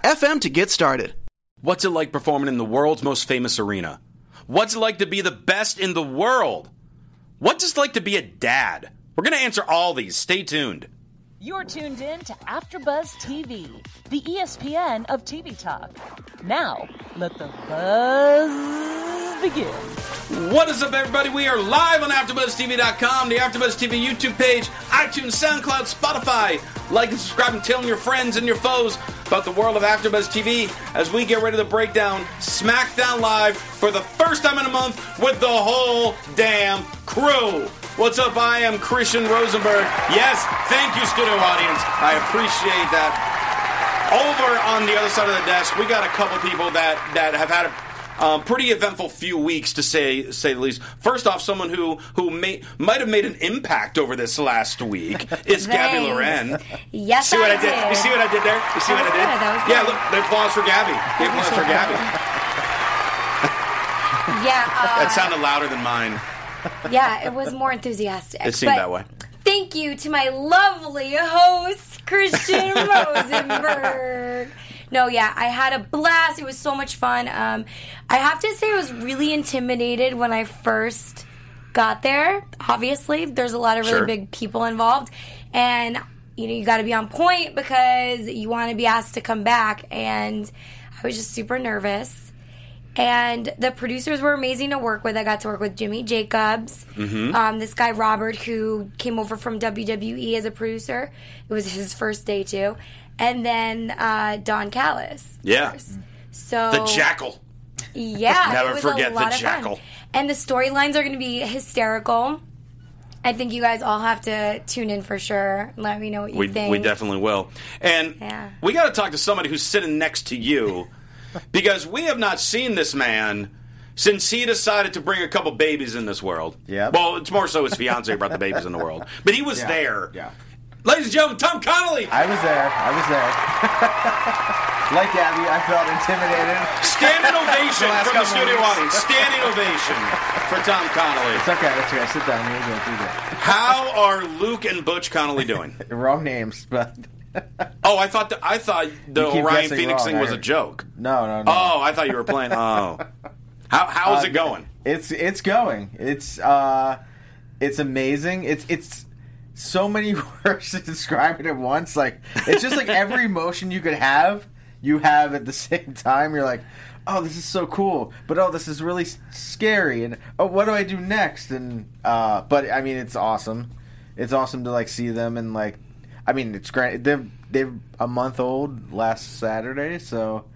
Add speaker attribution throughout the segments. Speaker 1: to get started.
Speaker 2: What's it like performing in the world's most famous arena? What's it like to be the best in the world? What's it like to be a dad? We're going to answer all these. Stay tuned.
Speaker 3: You're tuned in to AfterBuzz TV, the E ESPN of TV talk. Now, let the buzz begin.
Speaker 2: What is up, everybody? We are live on AfterBuzzTV.com, the AfterBuzz TV YouTube page, iTunes, SoundCloud, Spotify. Like and subscribe and telling your friends and your foes about the world of AfterBuzz TV as we get ready to break down SmackDown Live for the first time in a month with the whole damn crew. What's up? I am Christian Rosenberg. Yes, thank you, studio audience. I appreciate that. Over on the other side of the desk, we got a couple people that that have had a um, pretty eventful few weeks to say say the least. First off, someone who who may, might have made an impact over this last week is Gabby
Speaker 4: Thanks.
Speaker 2: Loren.
Speaker 4: Yes,
Speaker 2: see what
Speaker 4: I
Speaker 2: I, did.
Speaker 4: did.
Speaker 2: You see what I did there? You see
Speaker 4: That
Speaker 2: what
Speaker 4: was
Speaker 2: I did?
Speaker 4: good, that
Speaker 2: yeah,
Speaker 4: was good.
Speaker 2: look, the applause for Gabby. The applause for Gabby.
Speaker 3: uh,
Speaker 4: Yeah,
Speaker 2: That sounded louder than mine.
Speaker 4: uh, yeah, it was more enthusiastic.
Speaker 2: It seemed
Speaker 4: But
Speaker 2: that way.
Speaker 4: Thank you to my lovely host, Christian Rosenberg. No, yeah, I had a blast. It was so much fun. Um, I have to say, I was really intimidated when I first got there. Obviously, there's a lot of really
Speaker 5: Sure.
Speaker 4: big people involved, and you know you got to be on point because you want to be asked to come back. And I was just super nervous. And the producers were amazing to work with. I got to work with Jimmy Jacobs.
Speaker 2: Mm-hmm.
Speaker 6: Mhm.
Speaker 4: Um, this guy Robert, who came over from WWE as a producer, it was his first day too, and then uh, Don Callis.
Speaker 2: Yeah.
Speaker 4: So
Speaker 2: The jackal.
Speaker 4: Yeah,
Speaker 2: Never
Speaker 4: it was
Speaker 2: forget
Speaker 4: a
Speaker 2: the
Speaker 4: lot of fun.
Speaker 2: jackal.
Speaker 4: And the storylines are going to be hysterical. I think you guys all have to tune in for sure. Let me know what you
Speaker 2: We,
Speaker 4: think.
Speaker 2: we definitely will. And
Speaker 4: Yeah.
Speaker 2: we got to talk to somebody who's sitting next to you because we have not seen this man since he decided to bring a couple babies in this world. Yeah. Well, it's more so his fiance brought the babies in the world, but he was
Speaker 7: Yeah,
Speaker 2: there.
Speaker 7: yeah.
Speaker 2: Ladies and gentlemen, Tom Connolly.
Speaker 7: I was there. I was there. like Abby, I felt intimidated.
Speaker 2: Standing ovation
Speaker 7: The last
Speaker 2: from the
Speaker 7: couple
Speaker 2: studio
Speaker 7: weeks.
Speaker 2: audience. Standing ovation for Tom Connolly.
Speaker 7: It's okay. It's okay. Sit down. You're good. You're
Speaker 2: How are Luke and Butch Connolly doing?
Speaker 7: good. Wrong names, but
Speaker 2: Oh, I thought the, I thought the
Speaker 7: You keep
Speaker 2: Orion
Speaker 7: guessing
Speaker 2: Phoenix
Speaker 7: wrong,
Speaker 2: thing
Speaker 7: I
Speaker 2: was a
Speaker 7: heard.
Speaker 2: joke.
Speaker 7: no, no, no.
Speaker 2: Oh, I thought you were playing. Oh, how how is
Speaker 7: Uh,
Speaker 2: it going?
Speaker 7: It's it's going. It's uh, it's amazing. It's it's so many words to describe it at once. Like it's just like every emotion you could have, you have at the same time. You're like, oh, this is so cool, but oh, this is really s- scary, and oh, what do I do next? And uh, but I mean, it's awesome. It's awesome to like see them and like, I mean, it's great. They're they're a month old last Saturday, so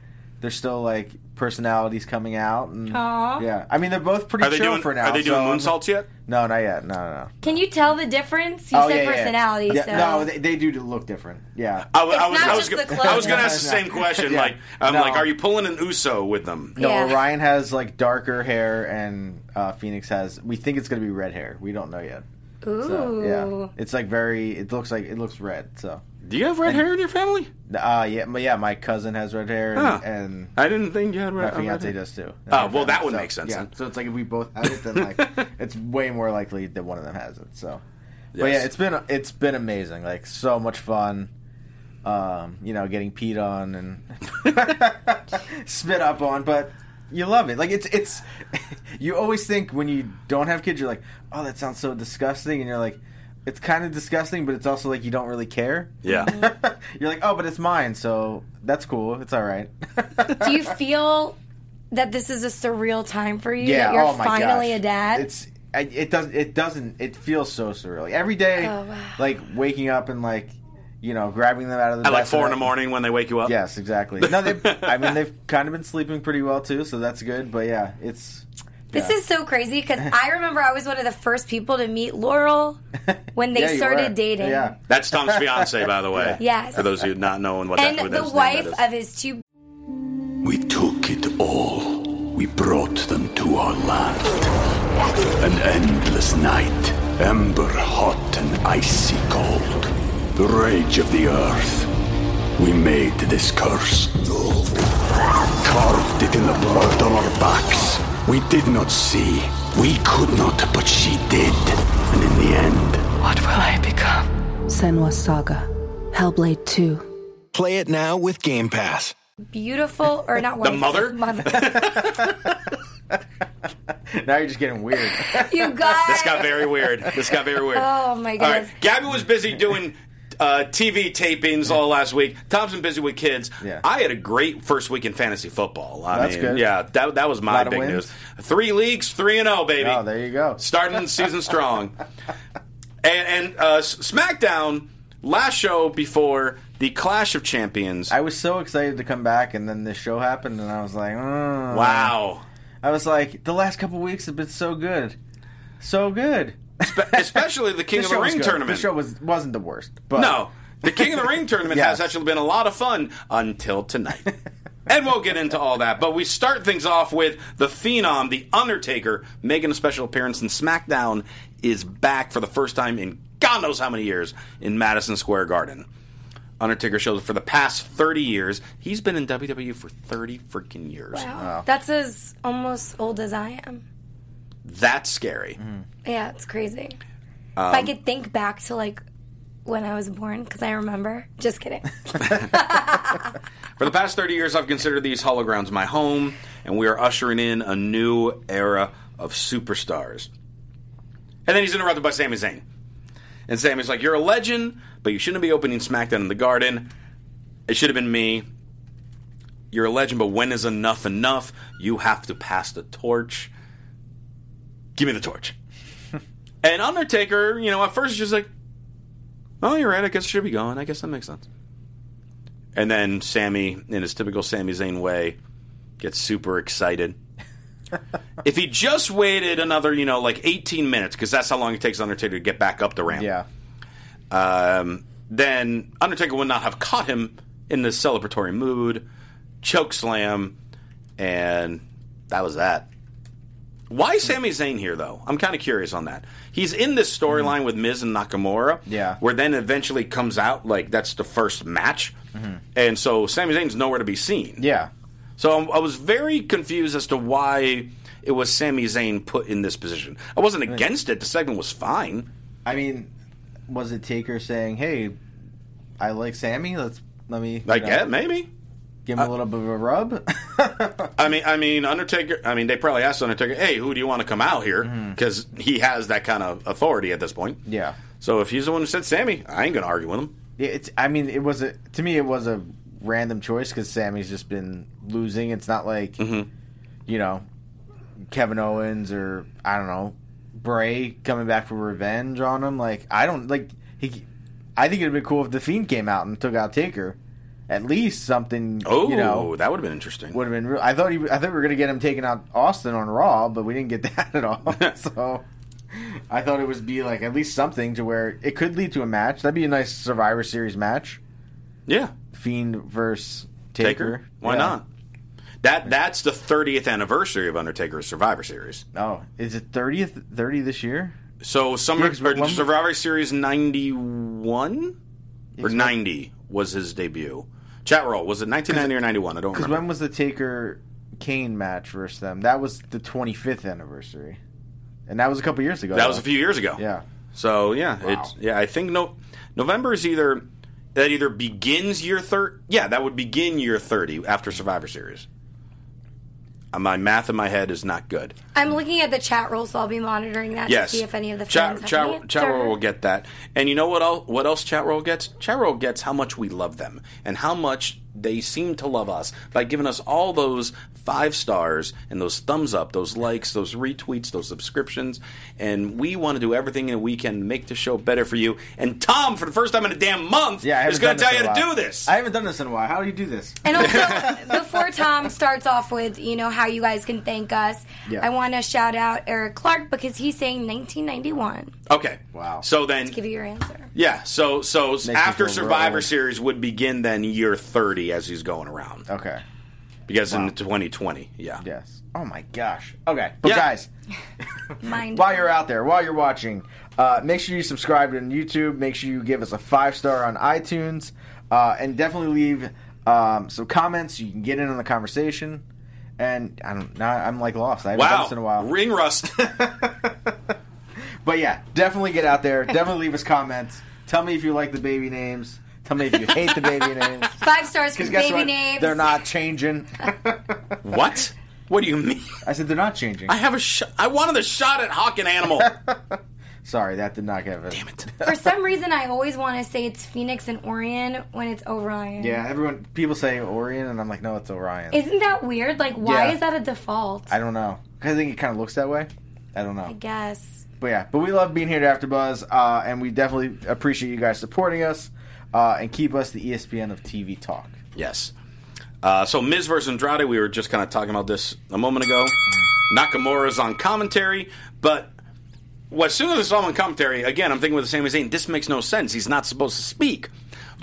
Speaker 7: they're still like personalities coming out and
Speaker 4: Aw.
Speaker 7: yeah. I mean, they're both pretty
Speaker 2: Are they
Speaker 7: chill
Speaker 2: doing-
Speaker 7: for now.
Speaker 2: are they doing moonsaults yet?
Speaker 7: No, not yet. No, no, no.
Speaker 4: Can you tell the difference? You
Speaker 7: oh,
Speaker 4: said
Speaker 7: yeah, yeah,
Speaker 4: personality,
Speaker 7: Yeah.
Speaker 4: so
Speaker 7: No, they, they do look different. Yeah.
Speaker 2: I, w- I was,
Speaker 4: not
Speaker 2: I was,
Speaker 4: just
Speaker 2: go-
Speaker 4: the
Speaker 2: I was going to
Speaker 7: clothes.
Speaker 2: ask the same question.
Speaker 7: Yeah.
Speaker 2: Like, I'm
Speaker 7: No.
Speaker 2: like, are you pulling an Uso with them?
Speaker 7: No, Orion has like darker hair, and uh, Phoenix has. We think it's gonna be red hair. We don't know yet.
Speaker 4: Ooh.
Speaker 7: So, yeah, it's like very. It looks like it looks red. So
Speaker 2: Do you have red hair in your family?
Speaker 7: Uh, yeah, my- yeah. My cousin has red hair, and,
Speaker 2: Huh.
Speaker 7: and
Speaker 2: I didn't think you had red-
Speaker 7: My fiance
Speaker 2: red hair.
Speaker 7: does too.
Speaker 2: Oh, well, that would
Speaker 7: So,
Speaker 2: make sense
Speaker 7: Yeah.
Speaker 2: then.
Speaker 7: So it's like if we both have it, then like it's way more likely that one of them has it. So, but
Speaker 2: Yes.
Speaker 7: yeah, it's been it's been amazing. Like so much fun. Um, you know, getting peed on and spit up on, but you love it. Like it's it's. you always think when you don't have kids, you're like, oh, that sounds so disgusting, and you're like. It's kind of disgusting, but it's also like you don't really care.
Speaker 2: Yeah.
Speaker 7: You're like, oh, but it's mine, so that's cool. It's all right.
Speaker 4: Do you feel that this is a surreal time for you?
Speaker 7: Yeah,
Speaker 4: that you're
Speaker 7: oh my
Speaker 4: finally
Speaker 7: gosh.
Speaker 4: a dad?
Speaker 7: It's I, it doesn't it doesn't it feels so surreal. Every day,
Speaker 4: Oh, wow.
Speaker 7: like waking up and like you know grabbing them out of the
Speaker 2: At like
Speaker 7: nest
Speaker 2: four in
Speaker 7: and,
Speaker 2: the morning when they wake you up.
Speaker 7: Yes, exactly. No, they. I mean, they've kind of been sleeping pretty well too, so that's good. But yeah, it's
Speaker 4: This
Speaker 7: yeah.
Speaker 4: is so crazy because I remember I was one of the first people to meet Laurel when they
Speaker 7: Yeah, you
Speaker 4: started
Speaker 7: were.
Speaker 4: dating.
Speaker 7: Yeah.
Speaker 2: That's Tom's fiance, by the way.
Speaker 4: Yes.
Speaker 2: For those of you not knowing what that,
Speaker 4: And
Speaker 2: what
Speaker 4: the
Speaker 2: his name
Speaker 4: wife
Speaker 2: that is.
Speaker 4: of his two
Speaker 8: We took it all. We brought them to our land. An endless night, ember hot and icy cold. The rage of the earth. We made this curse. Carved it in the blood on our backs. We did not see. We could not, but she did. And in the end,
Speaker 9: What will I become? Senwa Saga. Hellblade 2.
Speaker 10: Play it now with Game Pass.
Speaker 4: beautiful, or not wife,
Speaker 10: mother?
Speaker 4: mother.
Speaker 7: now you're just getting weird.
Speaker 4: you guys.
Speaker 2: This got very weird. This got very weird.
Speaker 4: Oh, my
Speaker 2: All right.
Speaker 4: goodness.
Speaker 2: Gabby was busy doing uh, TV tapings all last week. Tom's been busy with kids. I had a great first week in fantasy football. I
Speaker 7: That's
Speaker 2: mean,
Speaker 7: good.
Speaker 2: Yeah, that, that was my
Speaker 7: Lot of
Speaker 2: big
Speaker 7: wins.
Speaker 2: news. Three leagues, three and zero, baby.
Speaker 7: Oh, there you go.
Speaker 2: Starting the season strong. And, and uh, S- SmackDown last show before the Clash of Champions.
Speaker 7: I was so excited to come back, and then this show happened, and I was like, mm.
Speaker 2: Wow.
Speaker 7: I was like, the last couple weeks have been so good, so good.
Speaker 2: especially the King
Speaker 7: This
Speaker 2: of the
Speaker 7: show was
Speaker 2: Ring
Speaker 7: good.
Speaker 2: tournament.
Speaker 7: This show was wasn't the worst, but
Speaker 2: no, the King of the Ring tournament
Speaker 7: Yes.
Speaker 2: has actually been a lot of fun until tonight. and we'll get into all that, but we start things off with the Phenom, the Undertaker, making a special appearance, and SmackDown is back for the first time in God knows how many years in Madison Square Garden. Undertaker shows up for the past 30 years. He's been in WWE for 30 freaking years.
Speaker 7: Oh.
Speaker 4: Wow. That's as almost old as I am.
Speaker 2: That's scary.
Speaker 4: Yeah, it's crazy. if
Speaker 2: Um,
Speaker 4: I could think back to like when I was born, because I remember. Just kidding.
Speaker 2: For the past 30 years, I've considered these holograms my home, and we are ushering in a new era of superstars. And then he's interrupted by Sami Zayn. And Sami's like, You're a legend, but you shouldn't be opening SmackDown in the garden. It should have been me. You're a legend, but when is enough enough? You have to pass the torch. Give me the torch. and Undertaker, you know, at first, he's just like, Oh, you're right. I guess I should be going. I guess that makes sense. And then Sammy, in his typical Sami Zayn way, gets super excited. if he just waited another, you know, like 18 minutes, because that's how long it takes Undertaker to get back up the ramp. Yeah. Um, then Undertaker would not have caught him in the celebratory mood, choke slam, and that was that. Why is Sami Zayn here, though? I'm kind of curious on that. He's in this storyline with Miz and Nakamura,
Speaker 7: Mm-hmm. Yeah.
Speaker 2: where then eventually comes out like that's the first match. And so Sami Zayn's nowhere to be seen.
Speaker 7: Mm-hmm. Yeah.
Speaker 2: So I'm- I was very confused as to why it was Sami Zayn put in this position. I wasn't against it. The segment was fine.
Speaker 7: I mean, was it Taker saying, "Hey, I like Sammy. Let's let me."
Speaker 2: I
Speaker 7: you know,
Speaker 2: get maybe.
Speaker 7: Give him a little bit of a rub.
Speaker 2: I mean, I mean, Undertaker. I mean, they probably asked Undertaker, "Hey, who do you want to come out here?" Because he has that kind of authority at this point.
Speaker 7: Mm-hmm. yeah.
Speaker 2: So if he's the one who said Sammy, I ain't gonna argue with him.
Speaker 7: Yeah, It's. I mean, it was a. To me, it was a random choice because Sammy's just been losing. It's not like, you know, Kevin Owens or I don't know Bray coming back for revenge on him. Like I don't like he. I think it'd be cool if the Fiend came out and took out Taker. At least something.
Speaker 2: Oh,
Speaker 7: you know,
Speaker 2: that would have been interesting.
Speaker 7: Would have been. Real. I thought. He, I thought we were gonna get him taking out Austin on Raw, but we didn't get that at all. so I thought it would be like at least something to where it could lead to a match. That'd be a nice Survivor Series match.
Speaker 2: Yeah,
Speaker 7: Fiend versus Taker.
Speaker 2: Why
Speaker 7: Yeah.
Speaker 2: not? That that's the 30th anniversary of Undertaker's Survivor Series.
Speaker 7: Oh, is it thirtieth? Thirty this year?
Speaker 2: So summer
Speaker 7: Yeah, 'cause
Speaker 2: or
Speaker 7: when-
Speaker 2: Survivor Series 91. or 90 was his debut. Chat roll was it 1990 or 91? I don't
Speaker 7: Because
Speaker 2: remember.
Speaker 7: when was the Taker Kane match versus them? That was the 25th anniversary, and that was a couple years ago.
Speaker 2: That was
Speaker 7: though.
Speaker 2: a few years ago.
Speaker 7: Yeah.
Speaker 2: So yeah, it's yeah. I think no November is either that either begins year thirty. Yeah, that would begin year thirty after Survivor Series. Uh, my math in my head is not good.
Speaker 4: I'm looking at the chat roll, so I'll be monitoring that
Speaker 2: yes,
Speaker 4: to see if any of the fans
Speaker 2: chat
Speaker 4: have
Speaker 2: chat,
Speaker 4: any
Speaker 2: chat
Speaker 4: answer.
Speaker 2: roll will get that. And you know what else? What else? Chat roll gets chat roll gets how much we love them and how much they seem to love us by giving us all those five stars and those thumbs up, those likes, those retweets, those subscriptions. And we want to do everything that we can to make the show better for you. And Tom, for the first time in a damn month,
Speaker 7: I
Speaker 2: is
Speaker 7: haven't done
Speaker 2: going to tell
Speaker 7: this
Speaker 2: you
Speaker 7: in a
Speaker 2: to do
Speaker 7: while.
Speaker 2: this.
Speaker 7: I haven't done this in a while. How do you do this?
Speaker 4: And also, before Tom starts off with, you know, how you guys can thank us,
Speaker 2: Yeah.
Speaker 4: I want to shout out Eric Clark because he's saying 1991.
Speaker 2: Okay. Wow. So then,
Speaker 4: Give you your answer.
Speaker 2: Yeah, so so
Speaker 7: me
Speaker 2: after
Speaker 7: feel real
Speaker 2: Survivor
Speaker 7: old.
Speaker 2: Series would begin then year 30 as he's going around.
Speaker 7: Okay.
Speaker 2: Because
Speaker 7: Wow.
Speaker 2: in 2020, yeah.
Speaker 7: Yes. Oh my gosh. Okay, but guys,
Speaker 4: Mind
Speaker 7: while you're out there, while you're watching, uh, make sure you subscribe on YouTube. Make sure you give us a five star on iTunes, uh, and definitely leave um, some comments. You can get in on the conversation. And I don't. Now I'm like lost. I haven't done
Speaker 2: Wow.
Speaker 7: this in a while.
Speaker 2: Ring rust.
Speaker 7: but yeah, definitely get out there. Definitely leave us comments. Tell me if you like the baby names. Tell me if you hate the baby names.
Speaker 4: Five stars for
Speaker 7: Because
Speaker 4: the
Speaker 7: guess
Speaker 4: baby
Speaker 7: what?
Speaker 4: names.
Speaker 7: They're not changing.
Speaker 2: what? What do you mean?
Speaker 7: I said they're not changing.
Speaker 2: I have a sh- I wanted a shot at Hawking Animal.
Speaker 7: Sorry, that did not get it. Damn
Speaker 2: it.
Speaker 4: For some reason, I always want to say it's Phoenix and Orion when it's Orion.
Speaker 7: Yeah, everyone people say Orion, and I'm like, no, it's Orion.
Speaker 4: Isn't that weird? Like, why
Speaker 7: Yeah.
Speaker 4: is that a default?
Speaker 7: I don't know. I think it kind of looks that way. I don't know.
Speaker 4: I guess.
Speaker 7: But yeah, but we love being here at AfterBuzz, uh, and we definitely appreciate you guys supporting us uh, and keep us the ESPN of TV talk.
Speaker 2: Yes. Uh, so Miz versus Andrade, we were just kind of talking about this a moment ago. Nakamura's on commentary, but well, as soon as I saw him on commentary, again, I'm thinking with the same as Zane, this makes no sense. He's not supposed to speak.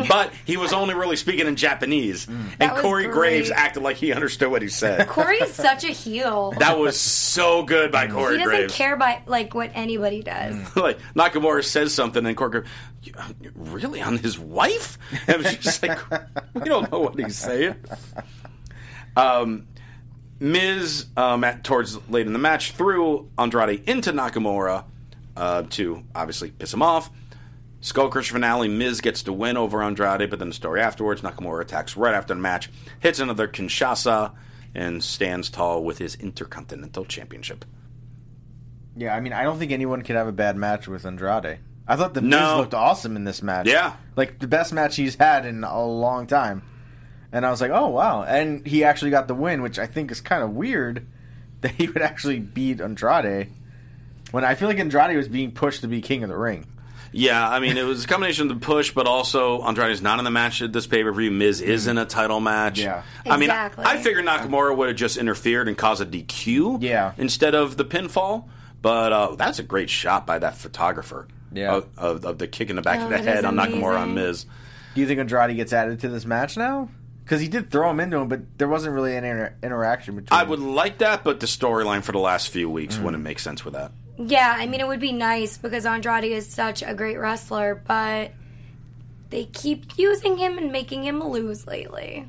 Speaker 2: But he was only really speaking in
Speaker 7: Mm.
Speaker 2: Japanese. And
Speaker 4: That was
Speaker 2: Corey
Speaker 4: great.
Speaker 2: Graves acted like he understood what he said.
Speaker 4: Corey's such a heel.
Speaker 2: that was so good by
Speaker 4: he
Speaker 2: Corey
Speaker 4: doesn't
Speaker 2: Graves.
Speaker 4: care by like what anybody does.
Speaker 2: like Nakamura says something, and Corker, really on his wife? And it was just like, we don't know what he's saying. Um, Miz um, at, towards late in the match threw Andrade into Nakamura uh, to obviously piss him off. Skull Crusher finale. Miz gets to win over Andrade, but then the story afterwards, Nakamura attacks right after the match, hits another Kinshasa, and stands tall with his Intercontinental Championship.
Speaker 7: Yeah, I mean, I don't think anyone can have a bad match with Andrade. I thought the
Speaker 2: No.
Speaker 7: Miz looked awesome in this match.
Speaker 2: Yeah.
Speaker 7: like the best match he's had in a long time. And I was like, oh wow! And he actually got the win, which I think is kind of weird that he would actually beat Andrade. When I feel like Andrade was being pushed to be king of the ring.
Speaker 2: Yeah, I mean, it was a combination of the push, but also Andrade's not in the match at this pay per view. Miz is in a title match. Mm-hmm. Yeah, I mean, I-
Speaker 4: Exactly.
Speaker 2: I, figured Nakamura would have just interfered and caused a DQ. Yeah. instead of the pinfall. But uh, that's a great shot by that photographer. Yeah, of, of, of the kick in the back
Speaker 7: Oh,
Speaker 2: of the
Speaker 7: that
Speaker 2: head
Speaker 7: is
Speaker 2: on Nakamura on
Speaker 7: amazing.
Speaker 2: Miz.
Speaker 7: Do you think Andrade gets added to this match now? Because he did throw him into him, but there wasn't really any inter- interaction between.
Speaker 2: I would like that, but the storyline for the last few weeks wouldn't make sense with that.
Speaker 4: Yeah, I mean it would be nice because Andrade is such a great wrestler, but they keep using him and making him lose lately.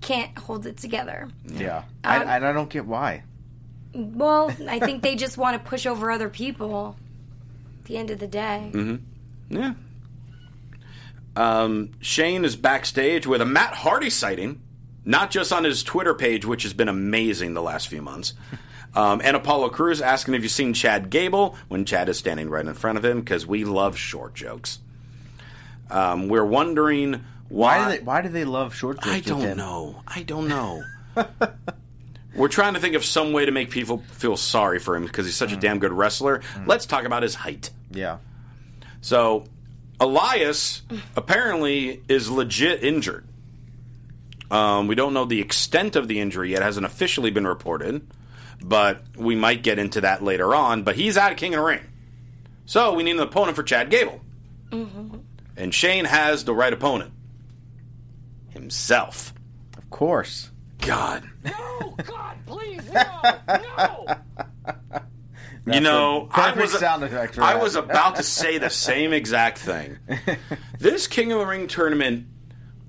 Speaker 4: Can't hold it together.
Speaker 7: Yeah, I,
Speaker 4: Um,
Speaker 7: and I don't get why.
Speaker 4: Well, I think they just want to push over other people. At the end of the day,
Speaker 2: Mm-hmm. Yeah. Um, Shane is backstage with a Matt Hardy sighting, not just on his Twitter page, which has been amazing the last few months. Um, and Apollo Cruz asking if you've seen Chad Gable when Chad is standing right in front of him because we love short jokes. Um, we're wondering why.
Speaker 7: Why do they, why do they love short jokes?
Speaker 2: I
Speaker 7: with
Speaker 2: don't
Speaker 7: him?
Speaker 2: know. I don't know. We're trying to think of some way to make people feel sorry for him because he's such a damn good wrestler. Let's talk about his height.
Speaker 7: Yeah.
Speaker 2: So, Elias apparently is legit injured. Um, we don't know the extent of the injury yet; It hasn't officially been reported, but we might get into that later on. But he's out of King of the Ring, so we need an opponent for Chad Gable, and Shane has the right opponent himself.
Speaker 7: Of course.
Speaker 2: God.
Speaker 7: No, God, please, no, no.
Speaker 2: you know, I
Speaker 7: Perfect
Speaker 2: was
Speaker 7: sound effect for
Speaker 2: I
Speaker 7: that.
Speaker 2: was about to say the same exact thing. this King of the Ring tournament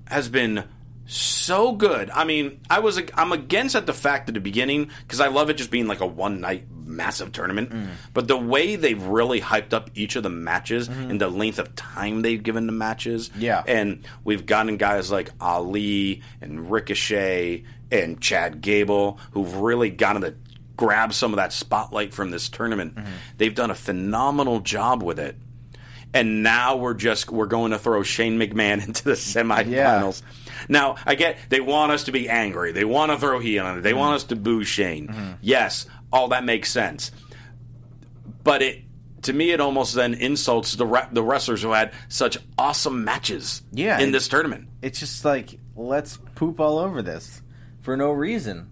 Speaker 2: has been so good. I mean, I was I'm against at the fact at the beginning because I love it just being like a one night massive tournament. But the way they've really hyped up each of the matches and the length of time they've given the matches,
Speaker 7: Yeah.
Speaker 2: and we've gotten guys like Ali and Ricochet and Chad Gable who've really gotten to grab some of that spotlight from this tournament. They've done a phenomenal job with it. And now we're just we're going to throw Shane McMahon into the semifinals. Now I get they want us to be angry. They want to throw heat on it.
Speaker 7: Mm-hmm.
Speaker 2: They want us to boo Shane. Yes, all that makes sense but it to me it almost then insults the re- the wrestlers who had such awesome matches
Speaker 7: Yeah,
Speaker 2: in
Speaker 7: and-
Speaker 2: this tournament.
Speaker 7: It's just like let's poop all over this for no reason.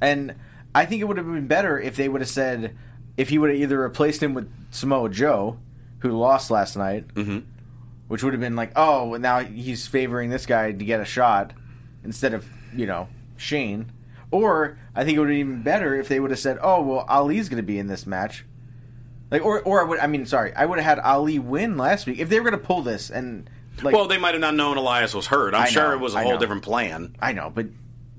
Speaker 7: And I think it would have been better if they would have said if he would have either replaced him with Samoa Joe, who lost last night,
Speaker 2: Mhm.
Speaker 7: which would have been like, oh, well, now he's favoring this guy to get a shot instead of you know Shane. Or I think it would have been even better if they would have said, oh, well, Ali's going to be in this match. Like, or, or I would, I mean, sorry, I would have had Ali win last week if they were going to pull this and like.
Speaker 2: well, they might have not known Elias was hurt. I'm
Speaker 7: I
Speaker 2: sure
Speaker 7: know,
Speaker 2: it was a
Speaker 7: I
Speaker 2: whole
Speaker 7: know.
Speaker 2: different plan.
Speaker 7: I know, but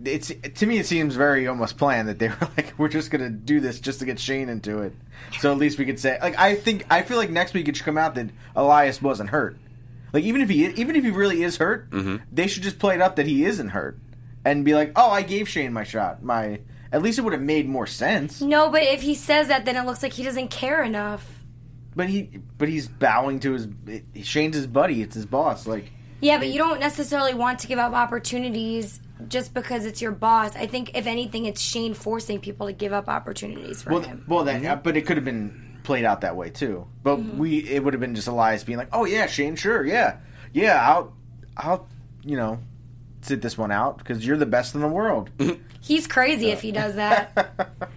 Speaker 7: it's to me it seems very almost planned that they were like, we're just gonna do this just to get Shane into it, so at least we could say like I think I feel like next week it should come out that Elias wasn't hurt. Like even if he even if he really is hurt, they should just play it up that he isn't hurt and be like, oh, I gave Shane my shot. My at least it would have made more sense.
Speaker 4: No, but if he says that, then it looks like he doesn't care enough.
Speaker 7: But he but he's bowing to his Shane's his buddy. It's his boss. Like
Speaker 4: Yeah, but you don't necessarily want to give up opportunities just because it's your boss. I think, if anything, it's Shane forcing people to give up opportunities for
Speaker 7: well,
Speaker 4: him.
Speaker 7: th- well, that uh, but it could have been played out that way too. But
Speaker 4: Mm-hmm.
Speaker 7: we, it would have been just Elias being like, "Oh yeah, Shane, sure, yeah, yeah, I'll, I'll, you know, sit this one out because you're the best in the world."
Speaker 4: He's crazy if he does that.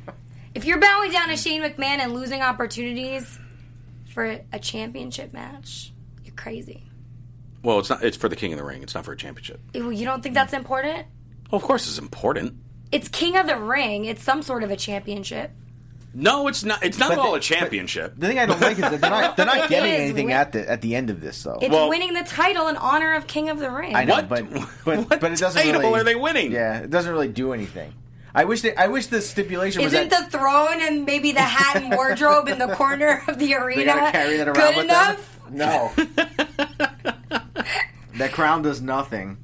Speaker 4: if you're bowing down to Shane McMahon and losing opportunities for a championship match, you're crazy.
Speaker 2: Well, it's not. It's for the King of the Ring. It's not for a championship.
Speaker 4: Ew, You don't think that's important?
Speaker 2: Well, of course, it's important.
Speaker 4: It's King of the Ring. It's some sort of a championship.
Speaker 2: No, it's not. It's not
Speaker 7: But
Speaker 2: at all
Speaker 7: they-
Speaker 2: a championship.
Speaker 7: The thing I don't like is that they're not, they're not
Speaker 4: It
Speaker 7: getting
Speaker 4: is
Speaker 7: anything
Speaker 4: win-
Speaker 7: at the at the end of this though.
Speaker 4: It's winning the title in honor of King of the Ring.
Speaker 7: I know, but but but it doesn't.
Speaker 2: title
Speaker 7: really,
Speaker 2: are they winning?
Speaker 7: Yeah, it doesn't really do anything. I wish they, I wish the stipulation was
Speaker 4: Isn't
Speaker 7: that
Speaker 4: the throne and maybe the hat and wardrobe in the corner of the
Speaker 7: they
Speaker 4: arena
Speaker 7: gotta carry that around
Speaker 4: good
Speaker 7: with
Speaker 4: enough?
Speaker 7: them. No, that crown does nothing.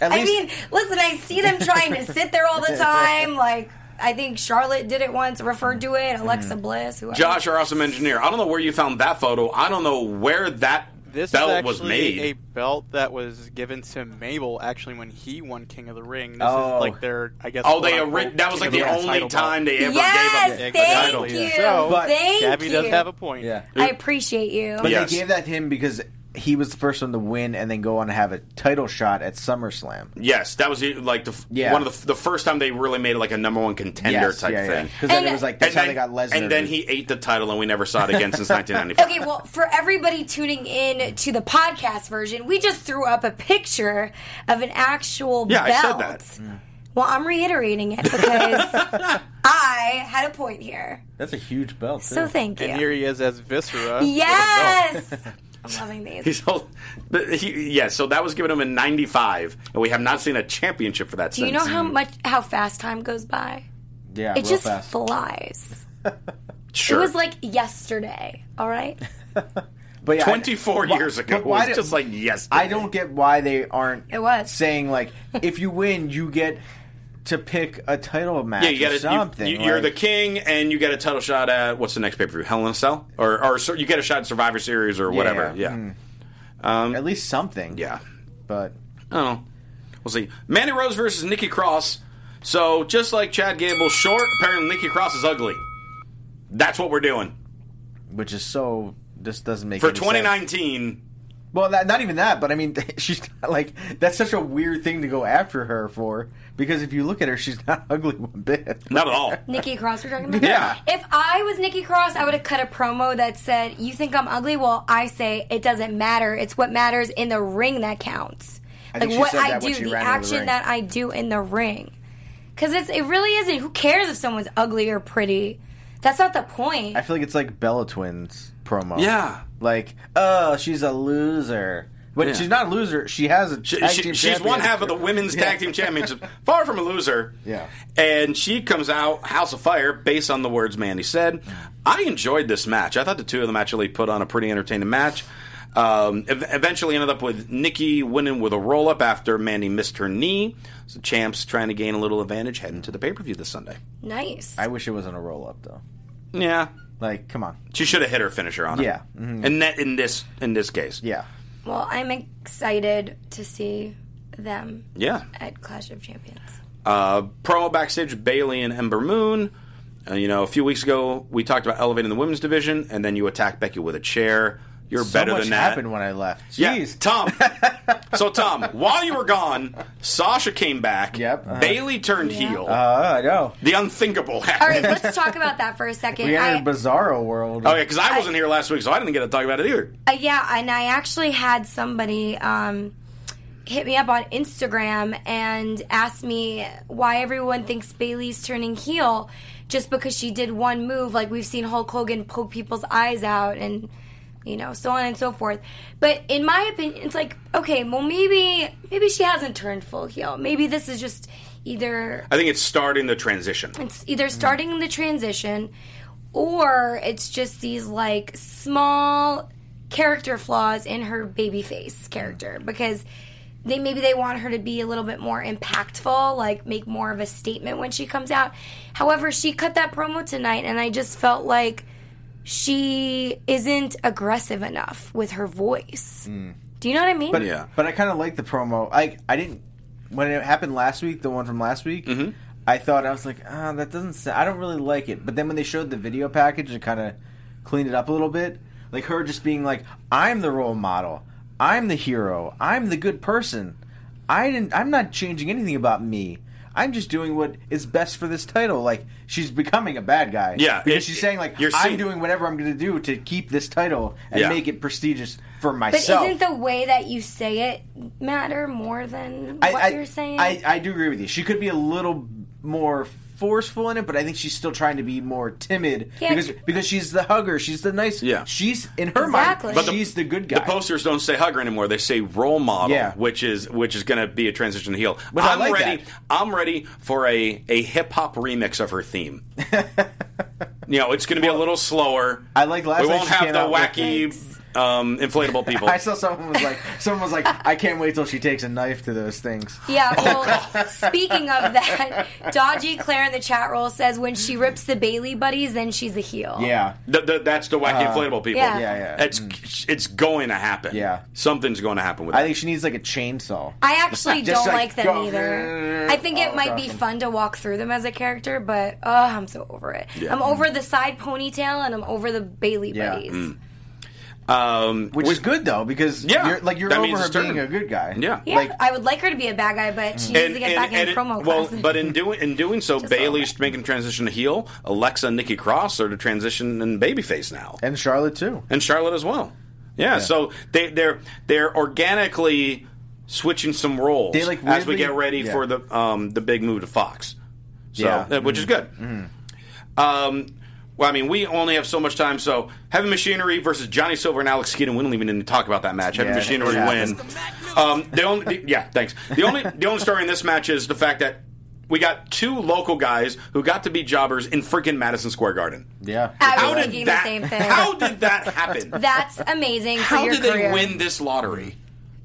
Speaker 7: At
Speaker 4: I mean, listen, I see them trying to sit there all the time. Like, I think Charlotte did it once, referred to it, Alexa
Speaker 7: Mm.
Speaker 4: Bliss, whoever.
Speaker 2: Josh, our awesome engineer. I don't know where you found that photo. I don't know where that
Speaker 11: This is
Speaker 2: belt
Speaker 11: actually
Speaker 2: was made.
Speaker 11: a belt that was given to Mabel actually when he won King of the Ring. This
Speaker 2: Oh.
Speaker 11: is like their, I guess.
Speaker 2: Oh, they
Speaker 11: quote-unquote
Speaker 2: ori- that
Speaker 11: King
Speaker 2: was like
Speaker 11: of the
Speaker 2: the
Speaker 11: Ring
Speaker 2: only
Speaker 11: title belt.
Speaker 2: time they ever
Speaker 4: Yes,
Speaker 2: gave up the
Speaker 4: thank
Speaker 2: title.
Speaker 4: you,
Speaker 11: So,
Speaker 4: thank
Speaker 11: Gabby does
Speaker 4: you.
Speaker 11: have a point.
Speaker 7: Yeah.
Speaker 4: I appreciate you.
Speaker 7: But they gave that to him because he was the first one to win and then go on to have a title shot at SummerSlam.
Speaker 2: Yes, that was the- like the f
Speaker 7: Yeah.
Speaker 2: one of the, the first time they really made it like a number one contender
Speaker 7: Yes,
Speaker 2: type
Speaker 7: yeah, yeah.
Speaker 2: thing.
Speaker 7: 'Cause then And- it was like, that's how they got Lesnar.
Speaker 2: And then he ate the title, and we never saw it again since 1995.
Speaker 4: Okay, well, for everybody tuning in to the podcast version, we just threw up a picture of an actual
Speaker 2: yeah,
Speaker 4: belt.
Speaker 2: I said that.
Speaker 4: Well, I'm reiterating it because I had a point here.
Speaker 7: That's a huge belt.
Speaker 4: So too. thank
Speaker 11: And here he is as Viscera.
Speaker 4: Yes! I'm loving these.
Speaker 2: He's all, but he, yeah. So that was given him in '95, and we have not seen a championship for that.
Speaker 4: Do you
Speaker 2: since.
Speaker 4: know how much how fast time goes by?
Speaker 2: Yeah,
Speaker 4: it just flies.
Speaker 2: Sure.
Speaker 4: It was like yesterday. All right.
Speaker 7: But yeah, I-
Speaker 2: 24
Speaker 7: why-
Speaker 2: years ago.
Speaker 7: but why
Speaker 2: It's
Speaker 7: did-
Speaker 2: just like yes.
Speaker 7: I don't get why they aren't
Speaker 4: It was.
Speaker 7: saying like if you win you get to pick a title match
Speaker 2: Yeah, you
Speaker 7: or
Speaker 2: got
Speaker 7: something.
Speaker 2: You, are the
Speaker 7: like-
Speaker 2: king, and you get a title shot at what's the next pay per view? Hell in a Cell, or or so you get a shot at Survivor Series or whatever. Yeah.
Speaker 7: mm.
Speaker 2: Um,
Speaker 7: At least something.
Speaker 2: Yeah.
Speaker 7: But
Speaker 2: I don't know. We'll see. Mandy Rose versus Nikki Cross. So just like Chad Gable's short, apparently Nikki Cross is ugly. That's what we're doing
Speaker 7: which is so this doesn't make
Speaker 2: for
Speaker 7: any sense.
Speaker 2: 2019.
Speaker 7: Well, that, not even that, but I mean, she's not, like that's such a weird thing to go after her for because if you look at her, she's not ugly one bit.
Speaker 2: Not at all.
Speaker 4: Nikki Cross, we're talking about.
Speaker 7: Yeah.
Speaker 4: If I was Nikki Cross, I would have cut a promo that said, "You think I'm ugly? Well, I say it doesn't matter. It's what matters in the ring that counts.
Speaker 7: I think
Speaker 4: like
Speaker 7: she
Speaker 4: what
Speaker 7: said
Speaker 4: I
Speaker 7: that when
Speaker 4: do,
Speaker 7: she
Speaker 4: the
Speaker 7: ran out of the
Speaker 4: action
Speaker 7: ring.
Speaker 4: that I do in the ring. Because it's it really isn't. Who cares if someone's ugly or pretty? That's not the point.
Speaker 7: I feel like it's like Bella Twins promo.
Speaker 2: Yeah.
Speaker 7: Like, oh, she's a loser. But
Speaker 2: Yeah.
Speaker 7: she's not a loser. She has a
Speaker 2: She,
Speaker 7: tag
Speaker 2: she-
Speaker 7: team
Speaker 2: she's
Speaker 7: champion.
Speaker 2: one half of the women's tag team championship. Far from a loser.
Speaker 7: Yeah.
Speaker 2: And she comes out House of Fire based on the words Mandy said. I enjoyed this match. I thought the two of them actually put on a pretty entertaining match. Um, ev- eventually ended up with Nikki winning with a roll up after Mandy missed her knee. So champs trying to gain a little advantage heading to the pay per view this Sunday.
Speaker 4: Nice.
Speaker 7: I wish it wasn't a roll up though.
Speaker 2: Yeah.
Speaker 7: Like, come on.
Speaker 2: She should have hit her finisher on it.
Speaker 7: Yeah. Mhm.
Speaker 2: And that in this in this case.
Speaker 7: Yeah.
Speaker 4: Well, I'm excited to see them
Speaker 2: Yeah.
Speaker 4: at Clash of Champions.
Speaker 2: Uh, promo backstage, Bailey and Ember Moon. Uh, you know, a few weeks ago we talked about elevating the women's division, and then you attack Becky with a chair. You're
Speaker 7: so
Speaker 2: better
Speaker 7: much
Speaker 2: than that.
Speaker 7: happened when I left.
Speaker 2: Yeah, Tom. so Tom, while you were gone, Sasha came back. Yep.
Speaker 7: uh-huh.
Speaker 2: Bailey turned heel. Uh,
Speaker 7: I know.
Speaker 2: The unthinkable happened.
Speaker 4: All right, let's talk about that for a second.
Speaker 2: We
Speaker 4: I-
Speaker 2: entered
Speaker 7: Bizarro world.
Speaker 2: Oh yeah, because I wasn't here last week, so I didn't get to talk about it either.
Speaker 4: Uh, yeah, and I actually had somebody um, hit me up on Instagram and asked me why everyone thinks Bailey's turning heel just because she did one move. Like we've seen Hulk Hogan poke people's eyes out and you know so on and so forth. But in my opinion, it's like okay, well maybe maybe she hasn't turned full heel. Maybe this is just either
Speaker 2: I think it's starting the transition.
Speaker 4: it's either starting the transition or it's just these like small character flaws in her babyface character because they maybe they want her to be a little bit more impactful, like make more of a statement when she comes out. However, she cut that promo tonight and I just felt like she isn't aggressive enough with her voice. Do you know what I mean?
Speaker 7: Mm. But but I kind of like the promo. I I didn't when it happened last week, the one from last week.
Speaker 2: Mm-hmm.
Speaker 7: I thought I was like, ah, that doesn't. Sound, I don't really like it. But then when they showed the video package, it kind of cleaned it up a little bit. Like her just being like, I'm the role model. I'm the hero. I'm the good person. I didn't. I'm not changing anything about me. I'm just doing what is best for this title. Like she's becoming a bad guy.
Speaker 2: Yeah,
Speaker 7: because
Speaker 2: it-
Speaker 7: she's saying like
Speaker 2: you're
Speaker 7: I'm
Speaker 2: seeing-
Speaker 7: doing whatever I'm going to do to keep this title and
Speaker 2: Yeah.
Speaker 7: make it prestigious for
Speaker 4: But
Speaker 7: myself.
Speaker 4: isn't the way that you say it matter more than
Speaker 7: I-
Speaker 4: what
Speaker 7: I,
Speaker 4: you're saying?
Speaker 7: I, I do agree with you. She could be a little more forceful in it, but I think she's still trying to be more timid
Speaker 4: Yeah.
Speaker 7: because because she's the hugger, she's the nice. Yeah, she's in her
Speaker 4: Exactly.
Speaker 7: mind,
Speaker 4: But the-
Speaker 7: she's the, good
Speaker 2: The
Speaker 7: guy.
Speaker 2: posters don't say hugger anymore; they say role model,
Speaker 7: Yeah.
Speaker 2: which is which is going to be a transition to heel.
Speaker 7: Which I
Speaker 2: I'm
Speaker 7: like
Speaker 2: ready. I'm ready for a a hip hop remix of her theme. you know, it's going to be a little slower.
Speaker 7: I like last.
Speaker 2: we
Speaker 7: night
Speaker 2: won't
Speaker 7: she
Speaker 2: have
Speaker 7: came
Speaker 2: the
Speaker 7: out with-
Speaker 2: wacky um, inflatable people.
Speaker 7: I saw someone was like, someone was like, I can't wait till she takes a knife to those things.
Speaker 4: Yeah, well, speaking of that, Dodgy Claire in the chat roll says when she rips the Bailey buddies, then she's a heel.
Speaker 7: Yeah,
Speaker 2: Th- th- that's the wacky
Speaker 7: Uh,
Speaker 2: inflatable people.
Speaker 4: Yeah. Yeah, yeah.
Speaker 2: It's it's going to happen. Yeah, something's going to happen with.
Speaker 7: Mm. I
Speaker 2: that.
Speaker 7: think she needs like a chainsaw.
Speaker 4: I actually
Speaker 7: Just
Speaker 4: don't like, them
Speaker 7: go-
Speaker 4: either. I think it
Speaker 7: Oh,
Speaker 4: might be
Speaker 7: God.
Speaker 4: fun to walk through them as a character, but oh, I'm so over it.
Speaker 2: Yeah.
Speaker 4: I'm over the side ponytail and I'm over the Bailey buddies.
Speaker 2: Mm. Um,
Speaker 7: which is good though because
Speaker 2: yeah,
Speaker 7: you're- like, you're
Speaker 2: that
Speaker 7: over
Speaker 2: means
Speaker 7: her
Speaker 2: it's turning.
Speaker 7: being a good guy.
Speaker 2: Yeah,
Speaker 4: Yeah, I would like her to be a bad guy, but
Speaker 2: Mm.
Speaker 4: she needs to get back in
Speaker 2: it-
Speaker 4: promo
Speaker 2: well,
Speaker 4: classes.
Speaker 2: but in doing in doing so, Bailey's making transition to heel. Alexa and Nikki Cross are to transition in babyface now,
Speaker 7: and Charlotte too,
Speaker 2: and Charlotte as well. Yeah, so they they're they're organically switching some roles
Speaker 7: They, like,
Speaker 2: as we
Speaker 7: weirdly-
Speaker 2: get ready
Speaker 7: yeah.
Speaker 2: for the um, the big move to Fox. So,
Speaker 7: Yeah. Mm-hmm.
Speaker 2: uh, which is good. Um, well, I mean, we only have so much time, so Heavy Machinery versus Johnny Silver and Alex Skidden. We don't even need to talk about that match. Heavy
Speaker 7: Yeah,
Speaker 2: Machinery
Speaker 7: yeah.
Speaker 2: win. Um, the only, the- yeah, thanks. The only, the only story in this match is the fact that we got two local guys who got to be jobbers in freaking Madison Square Garden.
Speaker 7: Yeah,
Speaker 4: I was
Speaker 2: How did
Speaker 4: thinking
Speaker 2: that-
Speaker 4: the same thing.
Speaker 2: How did that happen?
Speaker 4: That's amazing. for
Speaker 2: How
Speaker 4: your
Speaker 2: did they
Speaker 4: career.
Speaker 2: win this lottery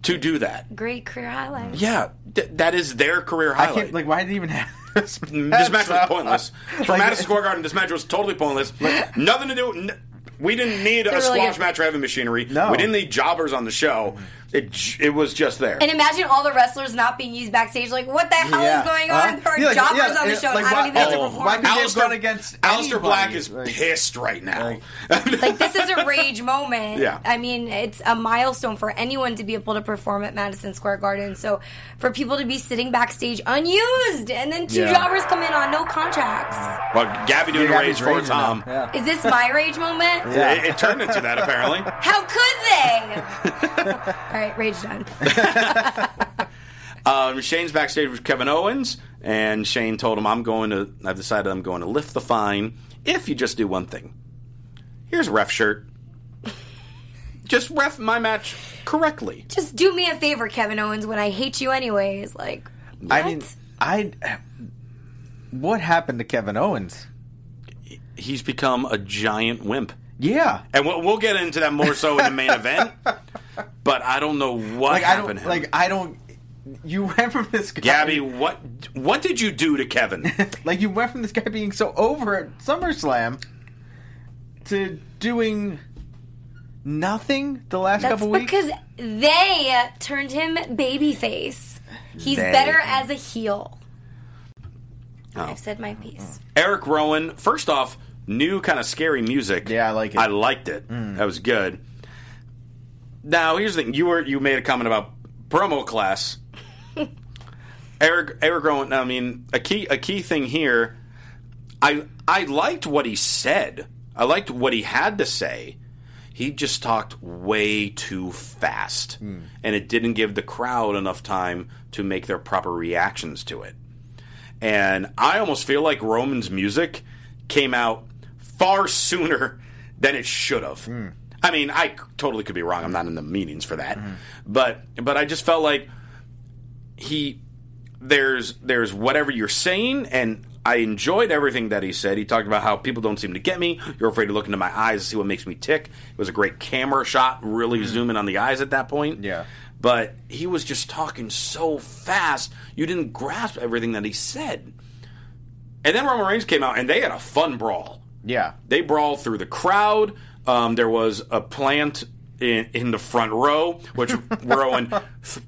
Speaker 2: to do that?
Speaker 4: Great career highlight.
Speaker 2: Yeah, th- that is their career
Speaker 7: I
Speaker 2: highlight. Mm,
Speaker 7: can't like why did he even have this?
Speaker 2: this match was
Speaker 7: up?
Speaker 2: pointless. For
Speaker 7: Like-
Speaker 2: Madison Square Garden, this match was totally pointless. Nothing to do. N- we didn't need
Speaker 4: It's a
Speaker 2: a
Speaker 4: really
Speaker 2: squash
Speaker 4: good-
Speaker 2: match for heavy machinery. No, we didn't need jobbers on the show. It j- it was just there.
Speaker 4: And imagine all the wrestlers not being used backstage. Like, what the hell
Speaker 2: Yeah.
Speaker 4: is going on?
Speaker 2: Huh?
Speaker 4: There are
Speaker 2: Yeah, like-
Speaker 4: jobbers
Speaker 2: yeah,
Speaker 4: on the
Speaker 2: yeah,
Speaker 4: show.
Speaker 2: like,
Speaker 4: I
Speaker 2: why-
Speaker 4: don't even have
Speaker 2: oh,
Speaker 4: to perform.
Speaker 2: why could they have Alistair- gone
Speaker 7: against
Speaker 2: Alistair Black is pissed right now.
Speaker 4: Like, this is a rage moment.
Speaker 2: Yeah.
Speaker 4: I mean, it's a milestone for anyone to be able to perform at Madison Square Garden. So, for people to be sitting backstage unused and then two
Speaker 2: Yeah.
Speaker 4: jobbers come in on no contracts.
Speaker 2: Well, Gabby doing
Speaker 7: Yeah,
Speaker 2: a
Speaker 7: Gabby's
Speaker 2: rage for
Speaker 7: raging now.
Speaker 2: Tom.
Speaker 4: Is this my rage moment?
Speaker 2: It, it turned into that apparently.
Speaker 4: How could they? all right, rage done.
Speaker 2: Um, Shane's backstage with Kevin Owens. And Shane told him, "I'm going to. I've decided I'm going to lift the fine if you just do one thing. Here's a ref shirt. just ref my match correctly.
Speaker 4: Just do me a favor, Kevin Owens, when I hate you anyways. Like,
Speaker 7: I mean, I. What happened to Kevin Owens?
Speaker 2: He's become a giant wimp.
Speaker 7: Yeah,
Speaker 2: and we'll, we'll get into that more so in the main event. But I don't know what
Speaker 7: Like, I
Speaker 2: happened.
Speaker 7: don't.
Speaker 2: to him.
Speaker 7: Like I don't. You went from this guy.
Speaker 2: Gabby, what what did you do to Kevin?
Speaker 7: like you went from this guy being so over at SummerSlam to doing nothing the last
Speaker 4: that's
Speaker 7: couple weeks.
Speaker 4: because they turned him babyface. He's
Speaker 2: They.
Speaker 4: better as a heel.
Speaker 2: Oh.
Speaker 4: I've said my piece.
Speaker 2: Eric Rowan, first off, new kind of scary music. Yeah, I like it. Mm. I liked it. That was good. Now here's the thing: you were you made a comment about promo class. Eric Eric Rowan. I mean, a key a key thing here. I I liked what he said. I liked what he had to say. He just talked way too fast, and it didn't give the crowd enough time to make their proper reactions to it. And I almost feel like Roman's music came out far sooner than it should have. I mean, I c- totally could be wrong. I'm not in the meetings for that. But but I just felt like he there's there's whatever you're saying and I enjoyed everything that he said. He talked about how people don't seem to get me. You're afraid to look into my eyes to see what makes me tick. It was a great camera shot, really zooming on the eyes at that point. Yeah. But he was just talking so fast, you didn't grasp everything that he said. And then Roman Reigns came out, and they had a fun brawl.
Speaker 7: Yeah.
Speaker 2: They brawled through the crowd. Um, there was a plant in, in the front row, which Rowan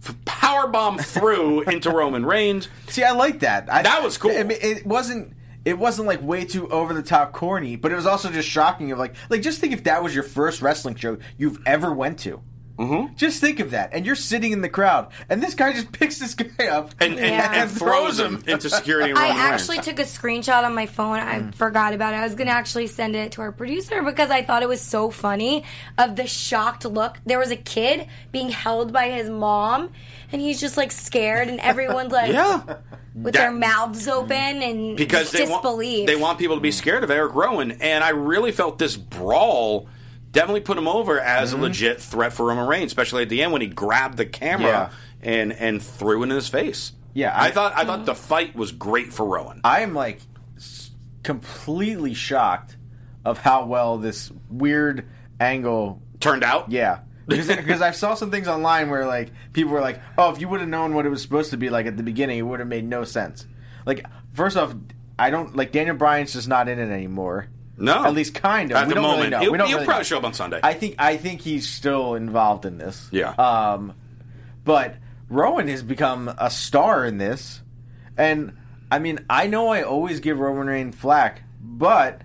Speaker 2: powerbomb threw into Roman Reigns.
Speaker 7: See, I like that. I,
Speaker 2: that was cool.
Speaker 7: I mean, it wasn't. It wasn't like way too over the top corny, but it was also just shocking. Of like, like just think if that was your first wrestling show you've ever went to. Mm-hmm. Just think of that, and you're sitting in the crowd, and this guy just picks this guy up
Speaker 2: and, and, and throws him into security. And
Speaker 4: I
Speaker 2: Roman Reigns.
Speaker 4: actually took a screenshot on my phone. I
Speaker 2: Mm.
Speaker 4: forgot about it. I was going to actually send it to our producer because I thought it was so funny of the shocked look. There was a kid being held by his mom, and he's just like scared, and everyone's like,
Speaker 2: Yeah.
Speaker 4: with
Speaker 2: That-
Speaker 4: their mouths open and
Speaker 2: because they
Speaker 4: disbelief.
Speaker 2: want they want people to be scared of Eric Rowan, and I really felt this brawl definitely put him over as a legit threat for Roman Reigns, especially at the end when he grabbed the camera and and threw it in his face.
Speaker 7: Yeah,
Speaker 2: I, thought I thought the fight was great for Rowan.
Speaker 7: I am like s- completely shocked of how well this weird angle
Speaker 2: turned out.
Speaker 7: Yeah. Because I saw some things online where like people were like, "Oh, if you would have known what it was supposed to be like at the beginning, it would have made no sense." Like, first off, I don't like Daniel Bryan's just not in it anymore.
Speaker 2: No,
Speaker 7: at least kind of.
Speaker 2: At
Speaker 7: we
Speaker 2: the
Speaker 7: don't really
Speaker 2: moment,
Speaker 7: know.
Speaker 2: he'll,
Speaker 7: we don't
Speaker 2: he'll
Speaker 7: really
Speaker 2: probably
Speaker 7: know.
Speaker 2: show up on Sunday.
Speaker 7: I think I think he's still involved in this.
Speaker 2: Yeah.
Speaker 7: Um, but Rowan has become a star in this, and I mean, I know I always give Roman Reigns flack, but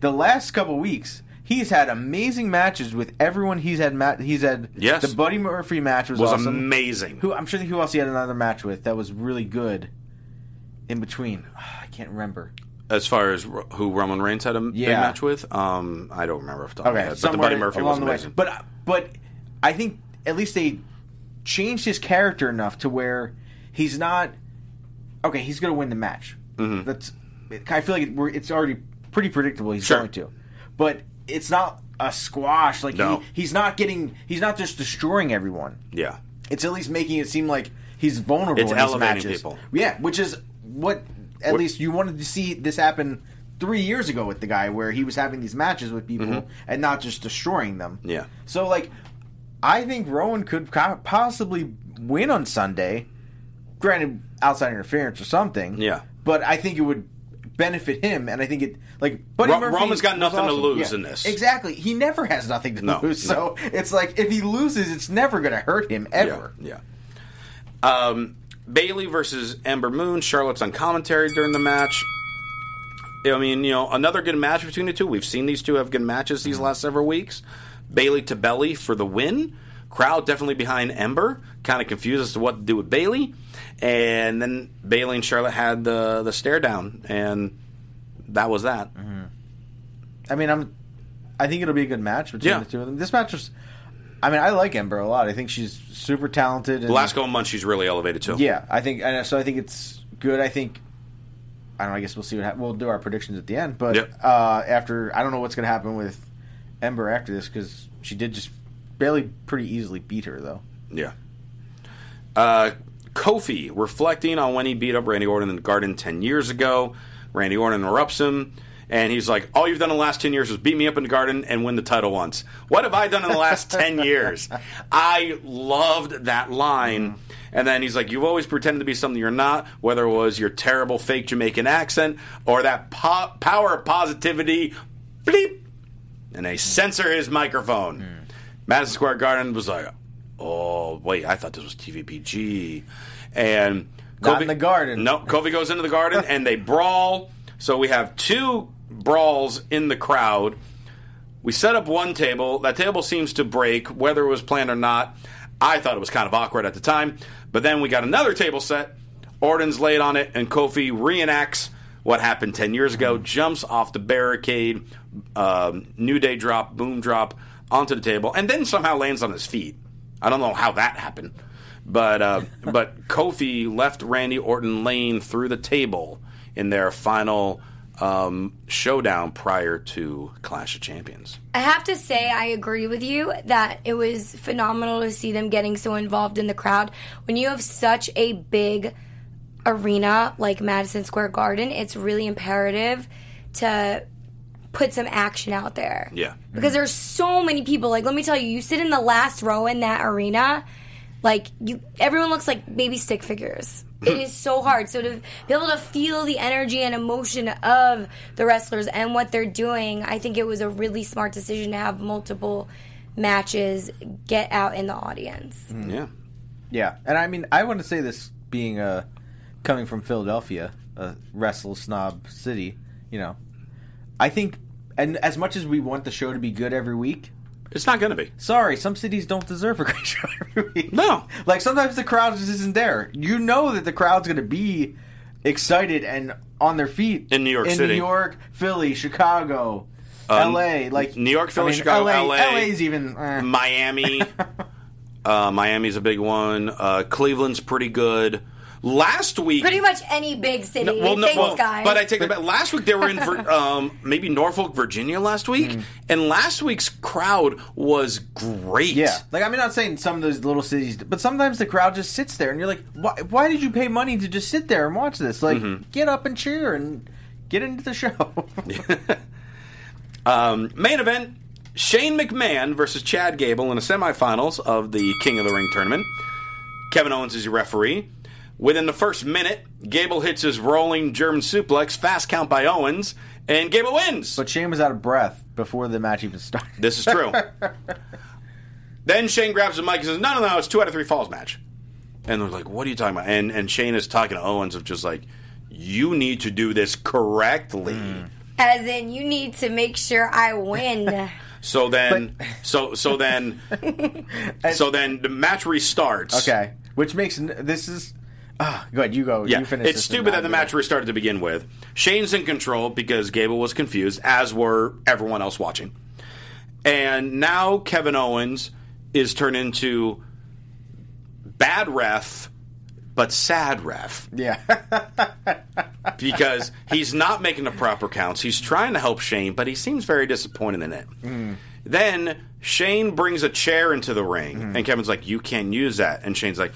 Speaker 7: the last couple weeks he's had amazing matches with everyone he's had. Ma- he's had
Speaker 2: Yes.
Speaker 7: the Buddy Murphy match was,
Speaker 2: Was
Speaker 7: awesome.
Speaker 2: amazing.
Speaker 7: Who I'm sure who else he had another match with that was really good. In between, I can't remember.
Speaker 2: as far as Ro- who Roman Reigns had a m- big
Speaker 7: Yeah.
Speaker 2: match with, um, I don't remember off the top of my
Speaker 7: Okay,
Speaker 2: head. But the Buddy
Speaker 7: somewhere
Speaker 2: Murphy
Speaker 7: along
Speaker 2: was
Speaker 7: the way.
Speaker 2: amazing.
Speaker 7: But but I think at least they changed his character enough to where he's not okay. He's going to win the match.
Speaker 2: Mhm.
Speaker 7: That's I feel like it, we're, it's already pretty predictable. He's
Speaker 2: Sure.
Speaker 7: going to, but it's not a squash. Like
Speaker 2: No.
Speaker 7: he, he's not getting. He's not just destroying everyone.
Speaker 2: Yeah,
Speaker 7: It's at least making it seem like he's vulnerable.
Speaker 2: It's
Speaker 7: in these
Speaker 2: elevating
Speaker 7: matches.
Speaker 2: people.
Speaker 7: Yeah, which is what at
Speaker 2: What-
Speaker 7: least you wanted to see this happen three years ago with the guy, where he was having these matches with people
Speaker 2: Mhm.
Speaker 7: and not just destroying them.
Speaker 2: yeah.
Speaker 7: So like, I think Rowan could co- possibly win on Sunday. Granted, outside interference or something.
Speaker 2: Yeah.
Speaker 7: but I think it would benefit him, and I think it like Buddy
Speaker 2: Ro-
Speaker 7: Murphy
Speaker 2: Roman's got
Speaker 7: was
Speaker 2: nothing to
Speaker 7: awesome.
Speaker 2: lose
Speaker 7: Yeah.
Speaker 2: in this.
Speaker 7: Exactly, he never has nothing to
Speaker 2: No,
Speaker 7: lose. So it's like if he loses, it's never going to hurt him ever.
Speaker 2: Yeah. yeah. Um, Bailey versus Ember Moon. Charlotte's on commentary during the match. I mean, you know, another good match between the two. We've seen these two have good matches these last several weeks. Bailey to Belly for the win. Crowd definitely behind Ember. Kind of confused as to what to do with Bailey. And then Bailey and Charlotte had the the stare down, and that was that.
Speaker 7: I mean, I'm. I think it'll be a good match between
Speaker 2: Yeah.
Speaker 7: the two of them. This match was. I mean, I like Ember a lot. I think she's super talented. And
Speaker 2: The last couple months, she's really elevated too.
Speaker 7: Yeah, I think, and so I think it's good. I think. I don't. know, I guess we'll see what hap we'll do our predictions at the end. But uh, after I don't know what's going to happen with Ember after this because she did just barely pretty easily beat her though.
Speaker 2: Yeah. Uh, Kofi reflecting on when he beat up Randy Orton in the Garden ten years ago. Randy Orton interrupts him, and he's like, "All you've done in the last ten years is beat me up in the Garden and win the title once. What have I done in the last ten years?" I loved that line. And then he's like, "You've always pretended to be something you're not, whether it was your terrible fake Jamaican accent or that po- power of positivity." Bleep, and they censor his microphone.
Speaker 7: Hmm.
Speaker 2: Madison Square Garden was like, oh wait, I thought this was TVPG, and
Speaker 7: Not in the garden.
Speaker 2: No, Kofi goes into the garden and they brawl. So we have two brawls in the crowd. We set up one table. That table seems to break, whether it was planned or not. I thought it was kind of awkward at the time, but then we got another table set. Orton's laid on it, and Kofi reenacts what happened 10 years ago, jumps off the barricade, um, New Day drop, boom drop onto the table, and then somehow lands on his feet. I don't know how that happened, but uh, but Kofi left Randy Orton lane through the table in their final um, showdown prior to Clash of Champions.
Speaker 4: I have to say, I agree with you that it was phenomenal to see them getting so involved in the crowd. When you have such a big arena like Madison Square Garden, it's really imperative to put some action out there.
Speaker 2: Yeah.
Speaker 4: Because there's so many people. Like, let me tell you, you sit in the last row in that arena, like you, everyone looks like baby stick figures. It is so hard. So to be able to feel the energy and emotion of the wrestlers and what they're doing, I think it was a really smart decision to have multiple matches get out in the audience.
Speaker 2: Yeah.
Speaker 7: Yeah, and I mean, I want to say this being a coming from Philadelphia, a wrestle snob city. You know, I think, and as much as we want the show to be good every week,
Speaker 2: it's not going to be.
Speaker 7: Sorry, some cities don't deserve a great show every week.
Speaker 2: No,
Speaker 7: like sometimes the crowd just isn't there. You know that the crowd's going to be excited and on their feet
Speaker 2: In New York
Speaker 7: in
Speaker 2: City.
Speaker 7: New York, Philly, Chicago.
Speaker 2: Uh,
Speaker 7: L.A. like
Speaker 2: New York, Philly,
Speaker 7: I mean,
Speaker 2: Chicago,
Speaker 7: LA,
Speaker 2: LA.
Speaker 7: LA's even eh.
Speaker 2: Miami. uh, Miami's a big one. Uh, Cleveland's pretty good. Last week,
Speaker 4: Pretty much any big city.
Speaker 2: No, well, no,
Speaker 4: Thanks,
Speaker 2: well,
Speaker 4: guys.
Speaker 2: but I take that back. Last week they were in Vir- um, maybe Norfolk, Virginia last week, and last week's crowd was great.
Speaker 7: Yeah, like I'm not saying some of those little cities, but sometimes the crowd just sits there, and you're like, why, why did you pay money to just sit there and watch this? Like,
Speaker 2: Mhm.
Speaker 7: get up and cheer and get into the show.
Speaker 2: Um, main event: Shane McMahon versus Chad Gable in the semifinals of the King of the Ring tournament. Kevin Owens is your referee. Within the first minute, Gable hits his rolling German suplex, fast count by Owens, and Gable wins.
Speaker 7: but Shane was out of breath before the match even started.
Speaker 2: This is true. then Shane grabs the mic and says, "No, no, no! It's two out of three falls match." And they're like, "What are you talking about?" And and Shane is talking to Owens of just like, "You need to do this correctly."
Speaker 4: As in, you need to make sure I win.
Speaker 2: So then, so so then, so then the match restarts.
Speaker 7: Okay, which makes n- this is. Ah, go ahead, you go.
Speaker 2: Yeah,
Speaker 7: you finish.
Speaker 2: it's
Speaker 7: this and
Speaker 2: stupid that
Speaker 7: I'll
Speaker 2: the
Speaker 7: go.
Speaker 2: match restarted to begin with. Shane's in control because Gable was confused, as were everyone else watching. And now Kevin Owens is turned into bad ref, but sad ref
Speaker 7: Yeah,
Speaker 2: because he's not making the proper counts. He's trying to help Shane, but he seems very disappointed in it. Then Shane brings a chair into the ring, and Kevin's like, "You can't use that." And Shane's like,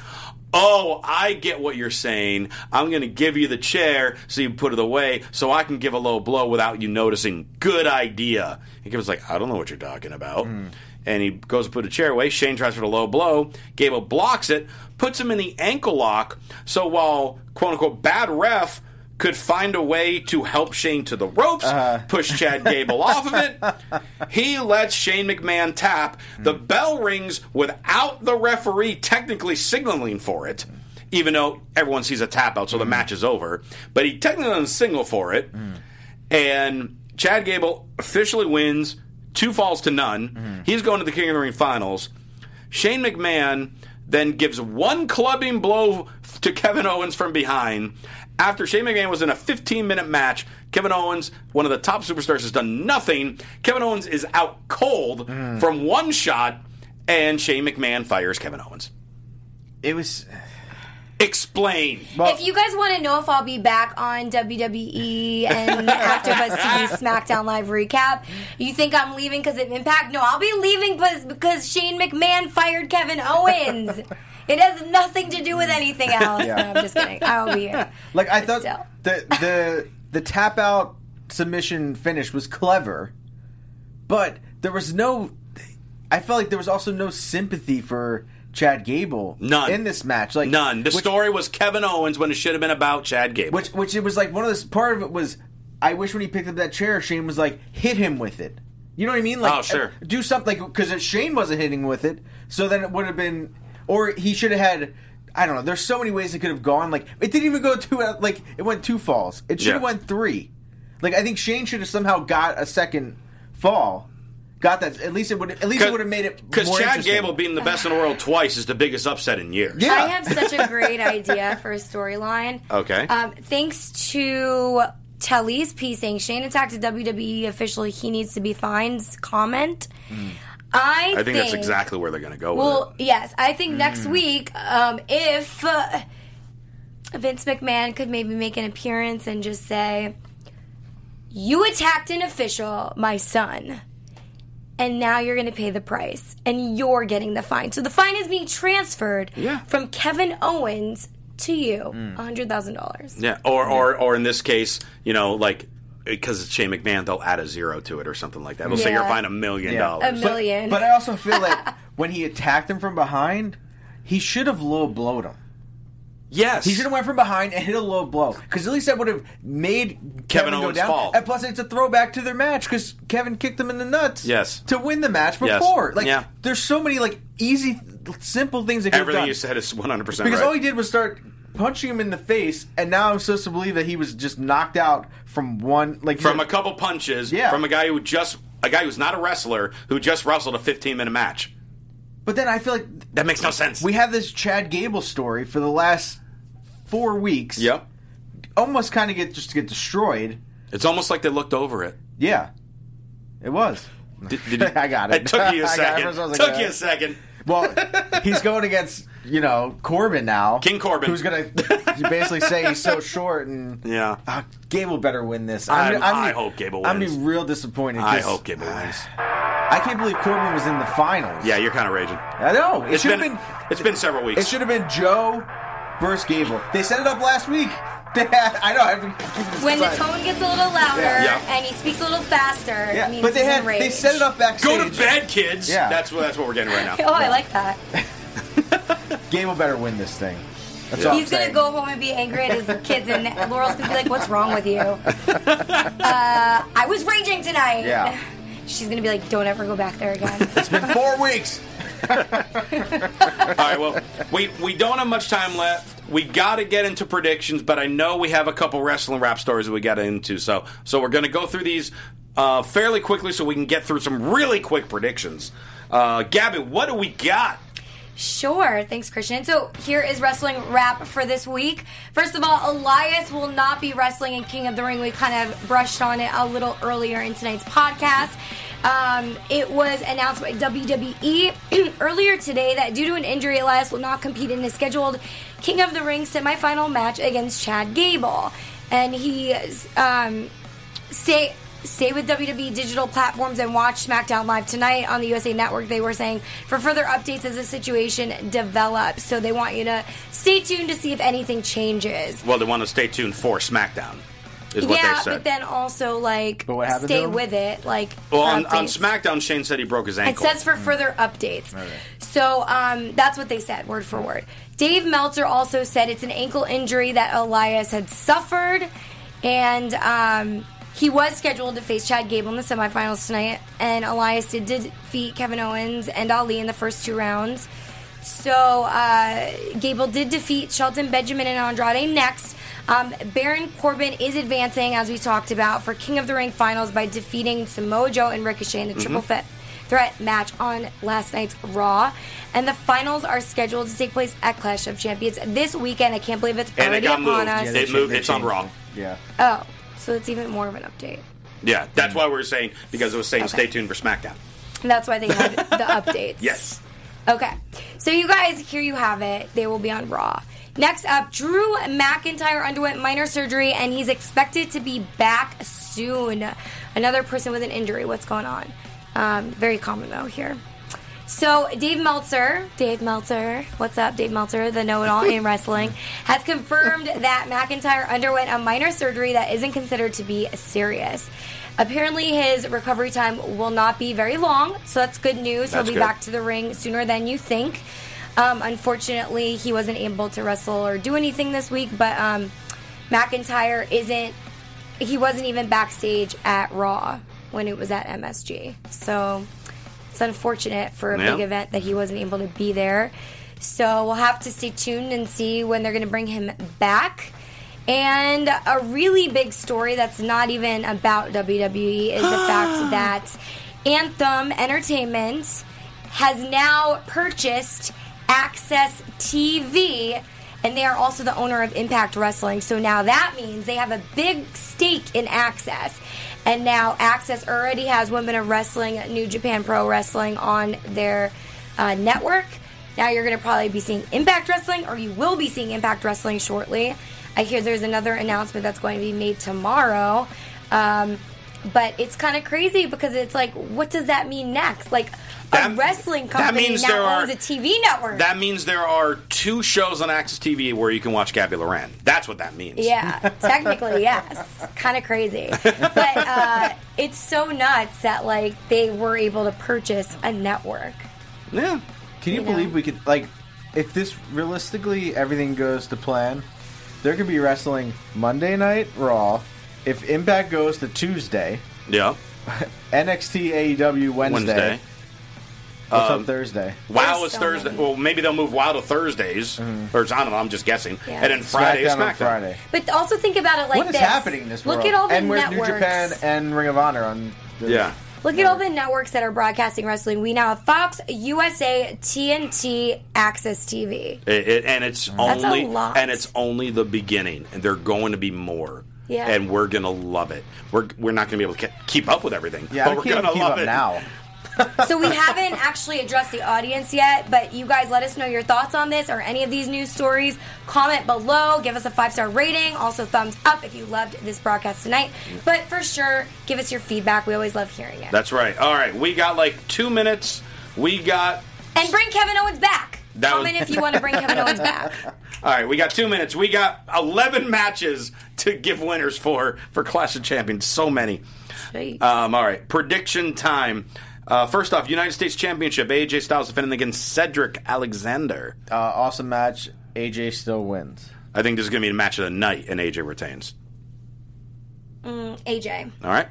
Speaker 2: "Oh, I get what you're saying. I'm going to give you the chair so you put it away, so I can give a low blow without you noticing. Good idea." And Kevin's like, "I don't know what you're talking about." And he goes to put a chair away. Shane tries for the low blow. Gable blocks it, puts him in the ankle lock. So while quote unquote bad ref could find a way to help Shane to the ropes, push Chad Gable off of it, he lets Shane McMahon tap. The bell rings without the referee technically signaling for it, even though everyone sees a tap out, so the match is over. But he technically doesn't signal for it. And Chad Gable officially wins two falls to none.
Speaker 7: Mm-hmm.
Speaker 2: He's going to the King of the Ring finals. Shane McMahon then gives one clubbing blow f- to Kevin Owens from behind. After Shane McMahon was in a 15 minute match, Kevin Owens, one of the top superstars, has done nothing. Kevin Owens is out cold
Speaker 7: Mm.
Speaker 2: from one shot, and Shane McMahon fires Kevin Owens.
Speaker 7: It was.
Speaker 2: Explain.
Speaker 4: if you guys want to know if I'll be back on WWE and AfterBuzz TV SmackDown Live recap, you think I'm leaving because of Impact? No, I'll be leaving because because Shane McMahon fired Kevin Owens. it has nothing to do with anything else.
Speaker 7: Yeah.
Speaker 4: No, I'm just kidding. I'll be here.
Speaker 7: Like I thought the the the tap out submission finish was clever, but there was no. I felt like there was also no sympathy for Chad Gable
Speaker 2: None.
Speaker 7: in this match. Like
Speaker 2: None. The
Speaker 7: which,
Speaker 2: story was Kevin Owens when it should have been about Chad Gable.
Speaker 7: which which it was like one of this part of it was. I wish when he picked up that chair, Shane was like hit him with it. You know what I mean? Like uh,
Speaker 2: Oh, sure.
Speaker 7: do something because if Shane wasn't hitting with it, so then it would have been, or he should have had. I don't know. There's so many ways it could have gone. Like it didn't even go two. out- Like it went two falls. It should have
Speaker 2: Yeah.
Speaker 7: went three. Like I think Shane should have somehow got a second fall. Got that? At least it would. At least it would have made it
Speaker 2: Because
Speaker 7: more
Speaker 2: Chad
Speaker 7: interesting.
Speaker 2: Gable being the best in the world twice is the biggest upset in years.
Speaker 4: I have such a great idea for a storyline.
Speaker 2: Okay.
Speaker 4: Um, thanks to Telly's piecing, Shane attacked a WWE official. He needs to be fined. Comment. I,
Speaker 2: Hmm. I think, that's exactly where they're going to go
Speaker 4: Well, yes, I think next
Speaker 2: Mm.
Speaker 4: week, um, if uh, Vince McMahon could maybe make an appearance and just say, "You attacked an official, my son." And now you're going to pay the price, and you're getting the fine. So the fine is being transferred from Kevin Owens to you,
Speaker 2: Mm.
Speaker 4: hundred thousand dollars.
Speaker 2: with it. Yeah. Or, or, or in this case, you know, like because it's Shane McMahon, they'll add a zero to it or something like that. They'll say
Speaker 4: Yeah.
Speaker 2: you're fined a million
Speaker 7: Yeah. Um,
Speaker 2: dollars.
Speaker 4: A million.
Speaker 7: But I also feel like when he attacked him from behind, he should have low blowed him.
Speaker 2: Yes,
Speaker 7: he should have went from behind and hit a low blow because at least that would have made Kevin,
Speaker 2: Kevin
Speaker 7: go
Speaker 2: Owens
Speaker 7: down.
Speaker 2: fall.
Speaker 7: And plus, it's a throwback to their match because Kevin kicked him in the nuts.
Speaker 2: Yes.
Speaker 7: to win the match
Speaker 2: Yes.
Speaker 7: before. Like,
Speaker 2: Yeah.
Speaker 7: there's so many like easy, simple things that could have
Speaker 2: Everything
Speaker 7: done.
Speaker 2: you said is 100%
Speaker 7: because
Speaker 2: right.
Speaker 7: all he did was start punching him in the face, and now I'm supposed to believe that he was just knocked out from one like
Speaker 2: from a couple punches
Speaker 7: Yeah.
Speaker 2: from a guy who just a guy who's not a wrestler who just wrestled a 15 minute match.
Speaker 7: But then I feel like
Speaker 2: that makes no sense.
Speaker 7: We have this Chad Gable story for the last four weeks.
Speaker 2: Yep.
Speaker 7: Almost kind of get just get destroyed.
Speaker 2: It's almost like they looked over it.
Speaker 7: Yeah, it was.
Speaker 2: Did, did you-
Speaker 7: I got it.
Speaker 2: It took you a
Speaker 7: I got it.
Speaker 2: second.
Speaker 7: First I was like,
Speaker 2: took
Speaker 7: uh,
Speaker 2: you a second.
Speaker 7: Well, he's going against you know Corbin now, King
Speaker 2: Corbin,
Speaker 7: who's gonna basically say he's so short and Ah,
Speaker 2: yeah.
Speaker 7: Gable better win this.
Speaker 2: I'm- I hope Gable
Speaker 7: I'm
Speaker 2: wins.
Speaker 7: be real disappointed.
Speaker 2: I
Speaker 7: 'cause
Speaker 2: hope Gable wins.
Speaker 7: I can't believe Corbin was in the finals.
Speaker 2: Yeah, you're kind of raging.
Speaker 7: I know. It
Speaker 2: It's
Speaker 7: should have
Speaker 2: been-
Speaker 7: been.
Speaker 2: It's been several weeks.
Speaker 7: It should have been Joe versus Gable. They set it up last week. They had, I know. I've been keeping this
Speaker 4: When the
Speaker 7: aside.
Speaker 4: tone gets a little louder
Speaker 7: Yeah.
Speaker 4: and he speaks a little faster, it means
Speaker 7: but they
Speaker 4: he's
Speaker 7: had
Speaker 4: in rage.
Speaker 7: they set it up backstage.
Speaker 2: Go to bed, kids.
Speaker 7: Yeah.
Speaker 2: That's what that's what we're getting right now.
Speaker 4: Oh, I like that.
Speaker 7: Gable better win this thing. That's all.
Speaker 4: He's gonna go home and be angry at his kids, and Laurel's gonna be like, "What's wrong with you?" Uh, I was raging tonight.
Speaker 7: Yeah.
Speaker 4: She's gonna be like, "Don't ever go back there again."
Speaker 7: It's been four weeks.
Speaker 2: All right, well, we we don't have much time left. We got to get into predictions, but I know we have a couple wrestling rap stories that we got into. So so we're going to go through these uh, fairly quickly so we can get through some really quick predictions. Uh, Gabby, what do we got?
Speaker 4: Sure. Thanks, Christian. So here is wrestling wrap for this week. First of all, Elias will not be wrestling in King of the Ring. We kind of brushed on it a little earlier in tonight's podcast. Um, it was announced by WWE earlier today that due to an injury, Elias will not compete in his scheduled King of the Ring semifinal match against Chad Gable. And he um, stay stay with WWE digital platforms and watch SmackDown Live tonight on the USA Network. They were saying for further updates as the situation develops. So they want you to stay tuned to see if anything changes.
Speaker 2: Well, they want to stay tuned for SmackDown, is what
Speaker 4: yeah,
Speaker 2: they said.
Speaker 4: but then also like
Speaker 2: But what happened
Speaker 4: stay
Speaker 2: to him?
Speaker 4: with it. Like
Speaker 2: well,
Speaker 4: for
Speaker 2: on, on
Speaker 4: updates.
Speaker 2: SmackDown, Shane said he broke his
Speaker 4: It
Speaker 2: ankle.
Speaker 4: says for further updates. So um, that's what they said, word for word. Dave Meltzer also said it's an ankle injury that Elias had suffered, and um, he was scheduled to face Chad Gable in the semifinals tonight. And Elias did defeat Kevin Owens and Ali in the first two rounds. So uh, Gable did defeat Shelton Benjamin and Andrade next. Um, Baron Corbin is advancing, as we talked about, for King of the Ring finals by defeating Samoa Joe and Ricochet in a
Speaker 12: Mhm.
Speaker 4: triple
Speaker 2: Mm-hmm.
Speaker 4: fit threat match on last night's Raw. And the finals are scheduled to take place at Clash of Champions this weekend. I can't believe it's
Speaker 2: and it
Speaker 4: already
Speaker 2: got
Speaker 4: upon
Speaker 2: moved.
Speaker 4: us.
Speaker 2: it moved. It's on Raw.
Speaker 7: Yeah.
Speaker 4: Oh, so it's even more of an update.
Speaker 2: Yeah, that's why we were saying, because it was saying stay tuned for SmackDown.
Speaker 4: And that's why they had the updates.
Speaker 2: Yes.
Speaker 4: Okay. So you guys, here you have it. They will be on Raw. Next up, Drew McIntyre underwent minor surgery and he's expected to be back soon. Another person with an injury. What's going on? Um, very common though here. So Dave Meltzer, Dave Meltzer, what's up, Dave Meltzer, the know-it-all in wrestling, has confirmed that McIntyre underwent a minor surgery that isn't considered to be serious. Apparently, his recovery time will not be very long, so that's good news.
Speaker 13: That's
Speaker 4: He'll be
Speaker 13: good.
Speaker 4: back to the ring sooner than you think. Um, unfortunately, he wasn't able to wrestle or do anything this week, but um, McIntyre isn't. He wasn't even backstage at Raw when it was at MSG, so it's unfortunate for a
Speaker 13: Yeah.
Speaker 4: big event that he wasn't able to be there. So we'll have to stay tuned and see when they're going to bring him back. And a really big story that's not even about WWE is the fact that Anthem Entertainment has now purchased Access TV, and they are also the owner of Impact Wrestling. So now that means they have a big stake in Access. And now Access already has Women of Wrestling, New Japan Pro Wrestling on their uh, network. Now you're going to probably be seeing Impact Wrestling, or you will be seeing Impact Wrestling shortly. I hear there's another announcement that's going to be made tomorrow. Um, but it's kind of crazy because it's like, what does that mean next? Like, a wrestling company
Speaker 2: means
Speaker 4: now
Speaker 2: there are-
Speaker 4: owns a TV network.
Speaker 2: That means there are two shows on Access TV where you can watch Gabby Loran. That's what that means.
Speaker 4: Yeah, technically, yes. Kind of crazy. But uh, it's so nuts that, like, they were able to purchase a network.
Speaker 2: Yeah.
Speaker 7: Can you
Speaker 4: You know?
Speaker 7: believe we could like if this realistically everything goes to plan, there could be wrestling Monday night Raw. If Impact goes to Tuesday,
Speaker 2: Yeah.
Speaker 7: NXT AEW E Wednesday.
Speaker 2: Wednesday.
Speaker 7: What's
Speaker 2: Um,
Speaker 7: up Thursday?
Speaker 2: Wow is Thursday. Well, maybe they'll move Wow to Thursdays. Or I don't know. I'm just guessing.
Speaker 4: Yeah.
Speaker 2: And then Friday is
Speaker 7: Mm-hmm. SmackDown on
Speaker 2: SmackDown.
Speaker 7: Friday.
Speaker 4: But also think about it like
Speaker 7: what is
Speaker 4: this.
Speaker 7: happening in this
Speaker 4: Look
Speaker 7: world?
Speaker 4: at all the
Speaker 7: and with
Speaker 4: networks.
Speaker 7: New Japan and Ring of Honor on. The,
Speaker 2: yeah.
Speaker 4: Look at all the networks that are broadcasting wrestling. We now have Fox, USA, TNT, Access TV.
Speaker 2: It, it, and it's
Speaker 7: Mm-hmm.
Speaker 4: That's a
Speaker 2: only
Speaker 4: lot.
Speaker 2: and it's only the beginning, and there are going to be more.
Speaker 4: Yeah.
Speaker 2: And we're gonna love it. We're we're not gonna be able to ke- keep up with everything.
Speaker 7: Yeah, I
Speaker 2: but we're
Speaker 7: can't
Speaker 2: gonna
Speaker 7: keep
Speaker 2: love
Speaker 7: up
Speaker 2: it
Speaker 7: now.
Speaker 4: so we haven't actually addressed the audience yet, but you guys let us know your thoughts on this or any of these news stories. Comment below, give us a five star rating, also thumbs up if you loved this broadcast tonight. But for sure, give us your feedback. We always love hearing it.
Speaker 2: That's right. All right, we got like two minutes. We got
Speaker 4: And bring Kevin Owens back.
Speaker 2: That was-
Speaker 4: Comment if you want to bring Kevin Owens back.
Speaker 2: all right. We got two minutes. We got eleven matches to give winners for for Clash of Champions. So many. Um, all right, prediction time. Uh, first off, United States Championship. AJ Styles defending against Cedric Alexander.
Speaker 7: Uh, awesome match. AJ still wins.
Speaker 2: I think this is going to be a match of the night, and AJ retains.
Speaker 4: Mm, AJ.
Speaker 2: All right.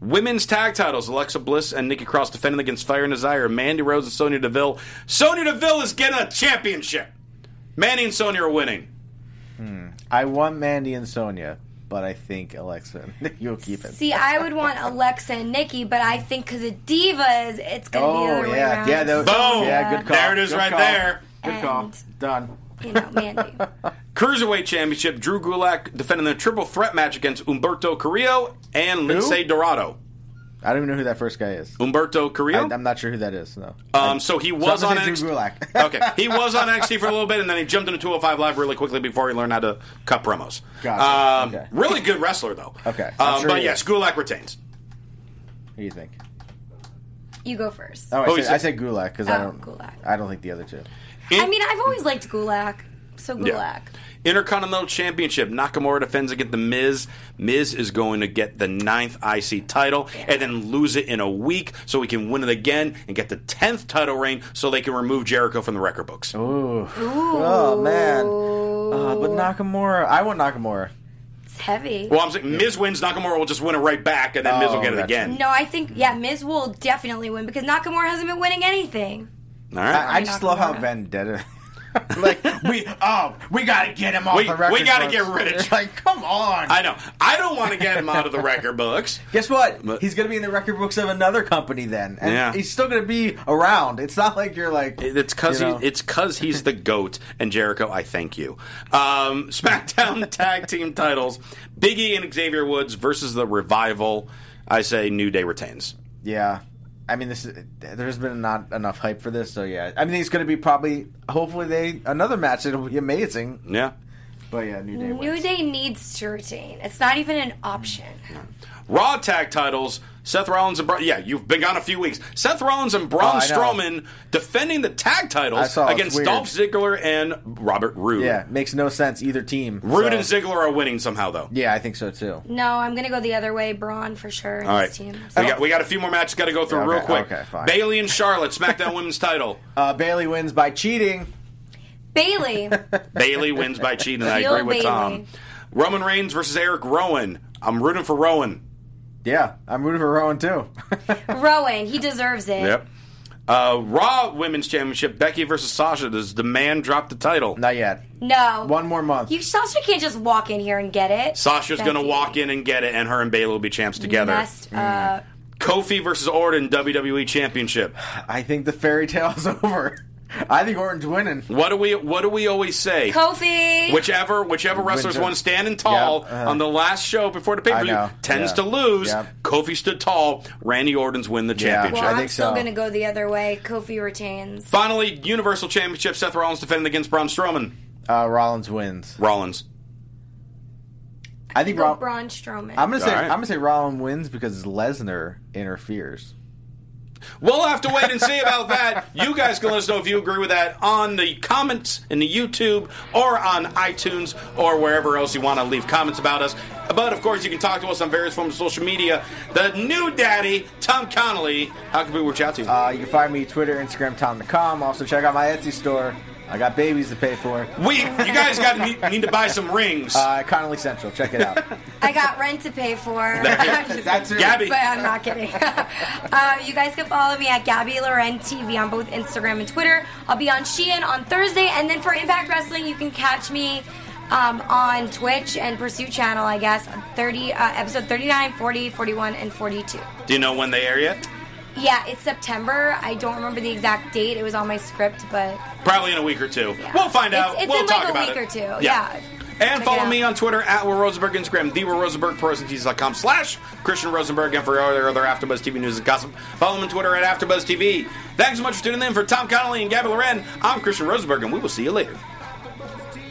Speaker 2: Women's tag titles: Alexa Bliss and Nikki Cross defending against Fire and Desire, Mandy Rose and Sonya Deville. Sonya Deville is getting a championship. Mandy and Sonya are winning.
Speaker 7: I want Mandy and Sonya, but I think Alexa and you'll keep it.
Speaker 4: See, I would want Alexa and Nikki, but I think because of Divas, it's going to be the
Speaker 7: oh
Speaker 4: other way
Speaker 7: yeah,
Speaker 4: around.
Speaker 7: yeah, that was,
Speaker 2: Boom!
Speaker 7: yeah, good call.
Speaker 2: There it is
Speaker 7: Good
Speaker 2: right
Speaker 7: call.
Speaker 2: there.
Speaker 7: Good call. Done.
Speaker 4: You know, Mandy.
Speaker 2: Cruiserweight Championship: Drew Gulak defending the triple threat match against Umberto Carrillo and Lindsay Dorado.
Speaker 7: I don't even know who that first guy is.
Speaker 2: Umberto Carrillo.
Speaker 7: I, am not sure who that is. No.
Speaker 2: Um, so he was
Speaker 7: So I'm
Speaker 2: on
Speaker 7: gonna say Drew
Speaker 2: NXT.
Speaker 7: Gulak.
Speaker 2: okay, he was on NXT for a little bit, and then he jumped into 205 Live really quickly before he learned how to cut promos.
Speaker 7: Gotcha.
Speaker 2: Um,
Speaker 7: Okay.
Speaker 2: Really good wrestler though.
Speaker 7: Okay, I'm
Speaker 2: Um,
Speaker 7: sure
Speaker 2: but
Speaker 7: he
Speaker 2: yes,
Speaker 7: is.
Speaker 2: Gulak retains.
Speaker 7: Who do you think?
Speaker 4: You go first.
Speaker 7: Oh, I,
Speaker 2: Oh, he
Speaker 7: said, I said
Speaker 2: said-
Speaker 7: Gulak because I
Speaker 4: Oh,
Speaker 7: don't.
Speaker 4: Gulak.
Speaker 7: I don't think the other two.
Speaker 4: I mean, I've always liked Gulak, so Gulak.
Speaker 2: Yeah. Intercontinental Championship. Nakamura defends against The Miz. Miz is going to get the ninth IC title and then lose it in a week so he can win it again and get the 10th title reign so they can remove Jericho from the record books.
Speaker 7: Ooh. Oh man. Uh, but Nakamura, I want Nakamura.
Speaker 4: It's heavy.
Speaker 2: Well, I'm saying Miz wins, Nakamura will just win it right back, and then Miz will
Speaker 7: Oh,
Speaker 2: get it
Speaker 7: gotcha.
Speaker 2: again.
Speaker 4: No, I think yeah, Miz will definitely win because Nakamura hasn't been winning anything.
Speaker 2: All right.
Speaker 7: I, I just love how vendetta. like we oh we gotta get him off
Speaker 2: We-
Speaker 7: the record.
Speaker 2: we gotta
Speaker 7: books.
Speaker 2: get rid of-
Speaker 7: like come on.
Speaker 2: I know. I don't want to get him out of the record books.
Speaker 7: Guess what? he's gonna be in the record books of another company then, and
Speaker 2: Yeah.
Speaker 7: he's still gonna be around. It's not like you're like
Speaker 2: It's because
Speaker 7: you know.
Speaker 2: he, it's because he's the goat. And Jericho, I thank you. Um, SmackDown tag team titles: E Biggie and Xavier Woods versus the Revival. I say New Day retains.
Speaker 7: yeah. I mean, this is, there's been not enough hype for this, so yeah. I mean, it's going to be probably, hopefully, they another match. It'll be amazing.
Speaker 2: Yeah.
Speaker 7: But yeah, New Day.
Speaker 4: New Day needs to retain. It's not even an option.
Speaker 2: Raw tag titles. Seth Rollins and Braun. Yeah, you've been gone a few weeks. Seth Rollins and Braun
Speaker 7: Oh, I know.
Speaker 2: Strowman defending the tag
Speaker 7: I
Speaker 2: titles
Speaker 7: saw, it's
Speaker 2: against
Speaker 7: weird.
Speaker 2: Dolph Ziggler and Robert Roode.
Speaker 7: Yeah, makes no sense either team.
Speaker 2: Roode
Speaker 7: so-
Speaker 2: and Ziggler are winning somehow, though.
Speaker 7: Yeah, I think so too.
Speaker 4: No, I'm gonna go the other way. Braun for sure. and
Speaker 2: All
Speaker 4: his
Speaker 2: right, we
Speaker 4: team.
Speaker 2: got, we got a few more matches got to go through
Speaker 7: Yeah, okay,
Speaker 2: real quick.
Speaker 7: okay, fine.
Speaker 2: Bailey and Charlotte SmackDown Women's Title.
Speaker 7: Uh, Bailey wins by cheating.
Speaker 4: Bailey.
Speaker 2: Bailey wins by cheating. I
Speaker 4: Heel
Speaker 2: agree with
Speaker 4: Bayley.
Speaker 2: Tom. Roman Reigns versus Eric Rowan. I'm rooting for Rowan.
Speaker 7: Yeah, I'm rooting for Rowan too.
Speaker 4: Rowan. He deserves it.
Speaker 2: Yep. Uh, Raw Women's Championship. Becky versus Sasha. Does the man drop the title?
Speaker 7: Not yet.
Speaker 4: No.
Speaker 7: One more month.
Speaker 4: You Sasha can't just walk in here and get it.
Speaker 2: Sasha's
Speaker 4: That'd
Speaker 2: going to
Speaker 4: be
Speaker 2: walk in and get it, and her and Bailey will be champs together. Mm.
Speaker 4: Messed up.
Speaker 2: Kofi versus Orton WWE Championship.
Speaker 7: I think the fairy tale's over. I think Orton's winning.
Speaker 2: What do we What do we always say?
Speaker 4: Kofi.
Speaker 2: Whichever Whichever wrestler's
Speaker 7: Winter.
Speaker 2: one standing tall
Speaker 7: Yep, uh-huh.
Speaker 2: on the last show before the pay per
Speaker 7: I know,
Speaker 2: view tends
Speaker 7: yeah.
Speaker 2: to lose.
Speaker 7: Yep.
Speaker 2: Kofi stood tall. Randy Orton's win the championship.
Speaker 4: Well, I'm still gonna go the other way. Kofi retains.
Speaker 2: Finally, Universal Championship. Seth Rollins defending against Braun Strowman.
Speaker 7: Uh, Rollins wins.
Speaker 2: Rollins.
Speaker 7: I think
Speaker 4: Go
Speaker 7: Roll-
Speaker 4: Braun Strowman.
Speaker 7: I'm gonna say
Speaker 2: Alright.
Speaker 7: I'm gonna say Rollins wins because Lesnar interferes.
Speaker 2: We'll have to wait and see about that. You guys can let us know if you agree with that on the comments in the YouTube or on iTunes or wherever else you want to leave comments about us. But of course, you can talk to us on various forms of social media. The new daddy, Tom Connolly. How can we reach out to you?
Speaker 7: Uh, you can find me Twitter, Instagram, Tom.com. Also check out my Etsy store. I got babies to pay for.
Speaker 2: we, you guys got to need, need to buy some rings.
Speaker 7: Uh, Connolly Central, check it out.
Speaker 4: I got rent to pay for.
Speaker 7: That's it.
Speaker 2: Gabby.
Speaker 4: But I'm not kidding. uh, you guys can follow me at Gabby Loren TV on both Instagram and Twitter. I'll be on Shein on Thursday, and then for Impact Wrestling, you can catch me um, on Twitch and Pursuit Channel, I guess, 30 uh, episode 39, 40, 41, and 42.
Speaker 2: Do you know when they air yet?
Speaker 4: Yeah, it's September. I don't remember the exact date. It was on my script, but
Speaker 2: Probably in a week or two. We'll find out.
Speaker 4: it's, it's
Speaker 2: we'll
Speaker 4: in
Speaker 2: talk
Speaker 4: like a
Speaker 2: about
Speaker 4: week
Speaker 2: it.
Speaker 4: or two. Yeah.
Speaker 2: And
Speaker 4: it
Speaker 2: follow
Speaker 4: out.
Speaker 2: me on Twitter at Will Rosenberg, Instagram, the Will Rosenberg, com slash Christian Rosenberg, and for all their other AfterBuzz TV news and gossip, follow them on Twitter at AfterBuzz TV. Thanks so much for tuning in. For Tom Connolly and Gabby Loren, I'm Christian Rosenberg, and we will see you later.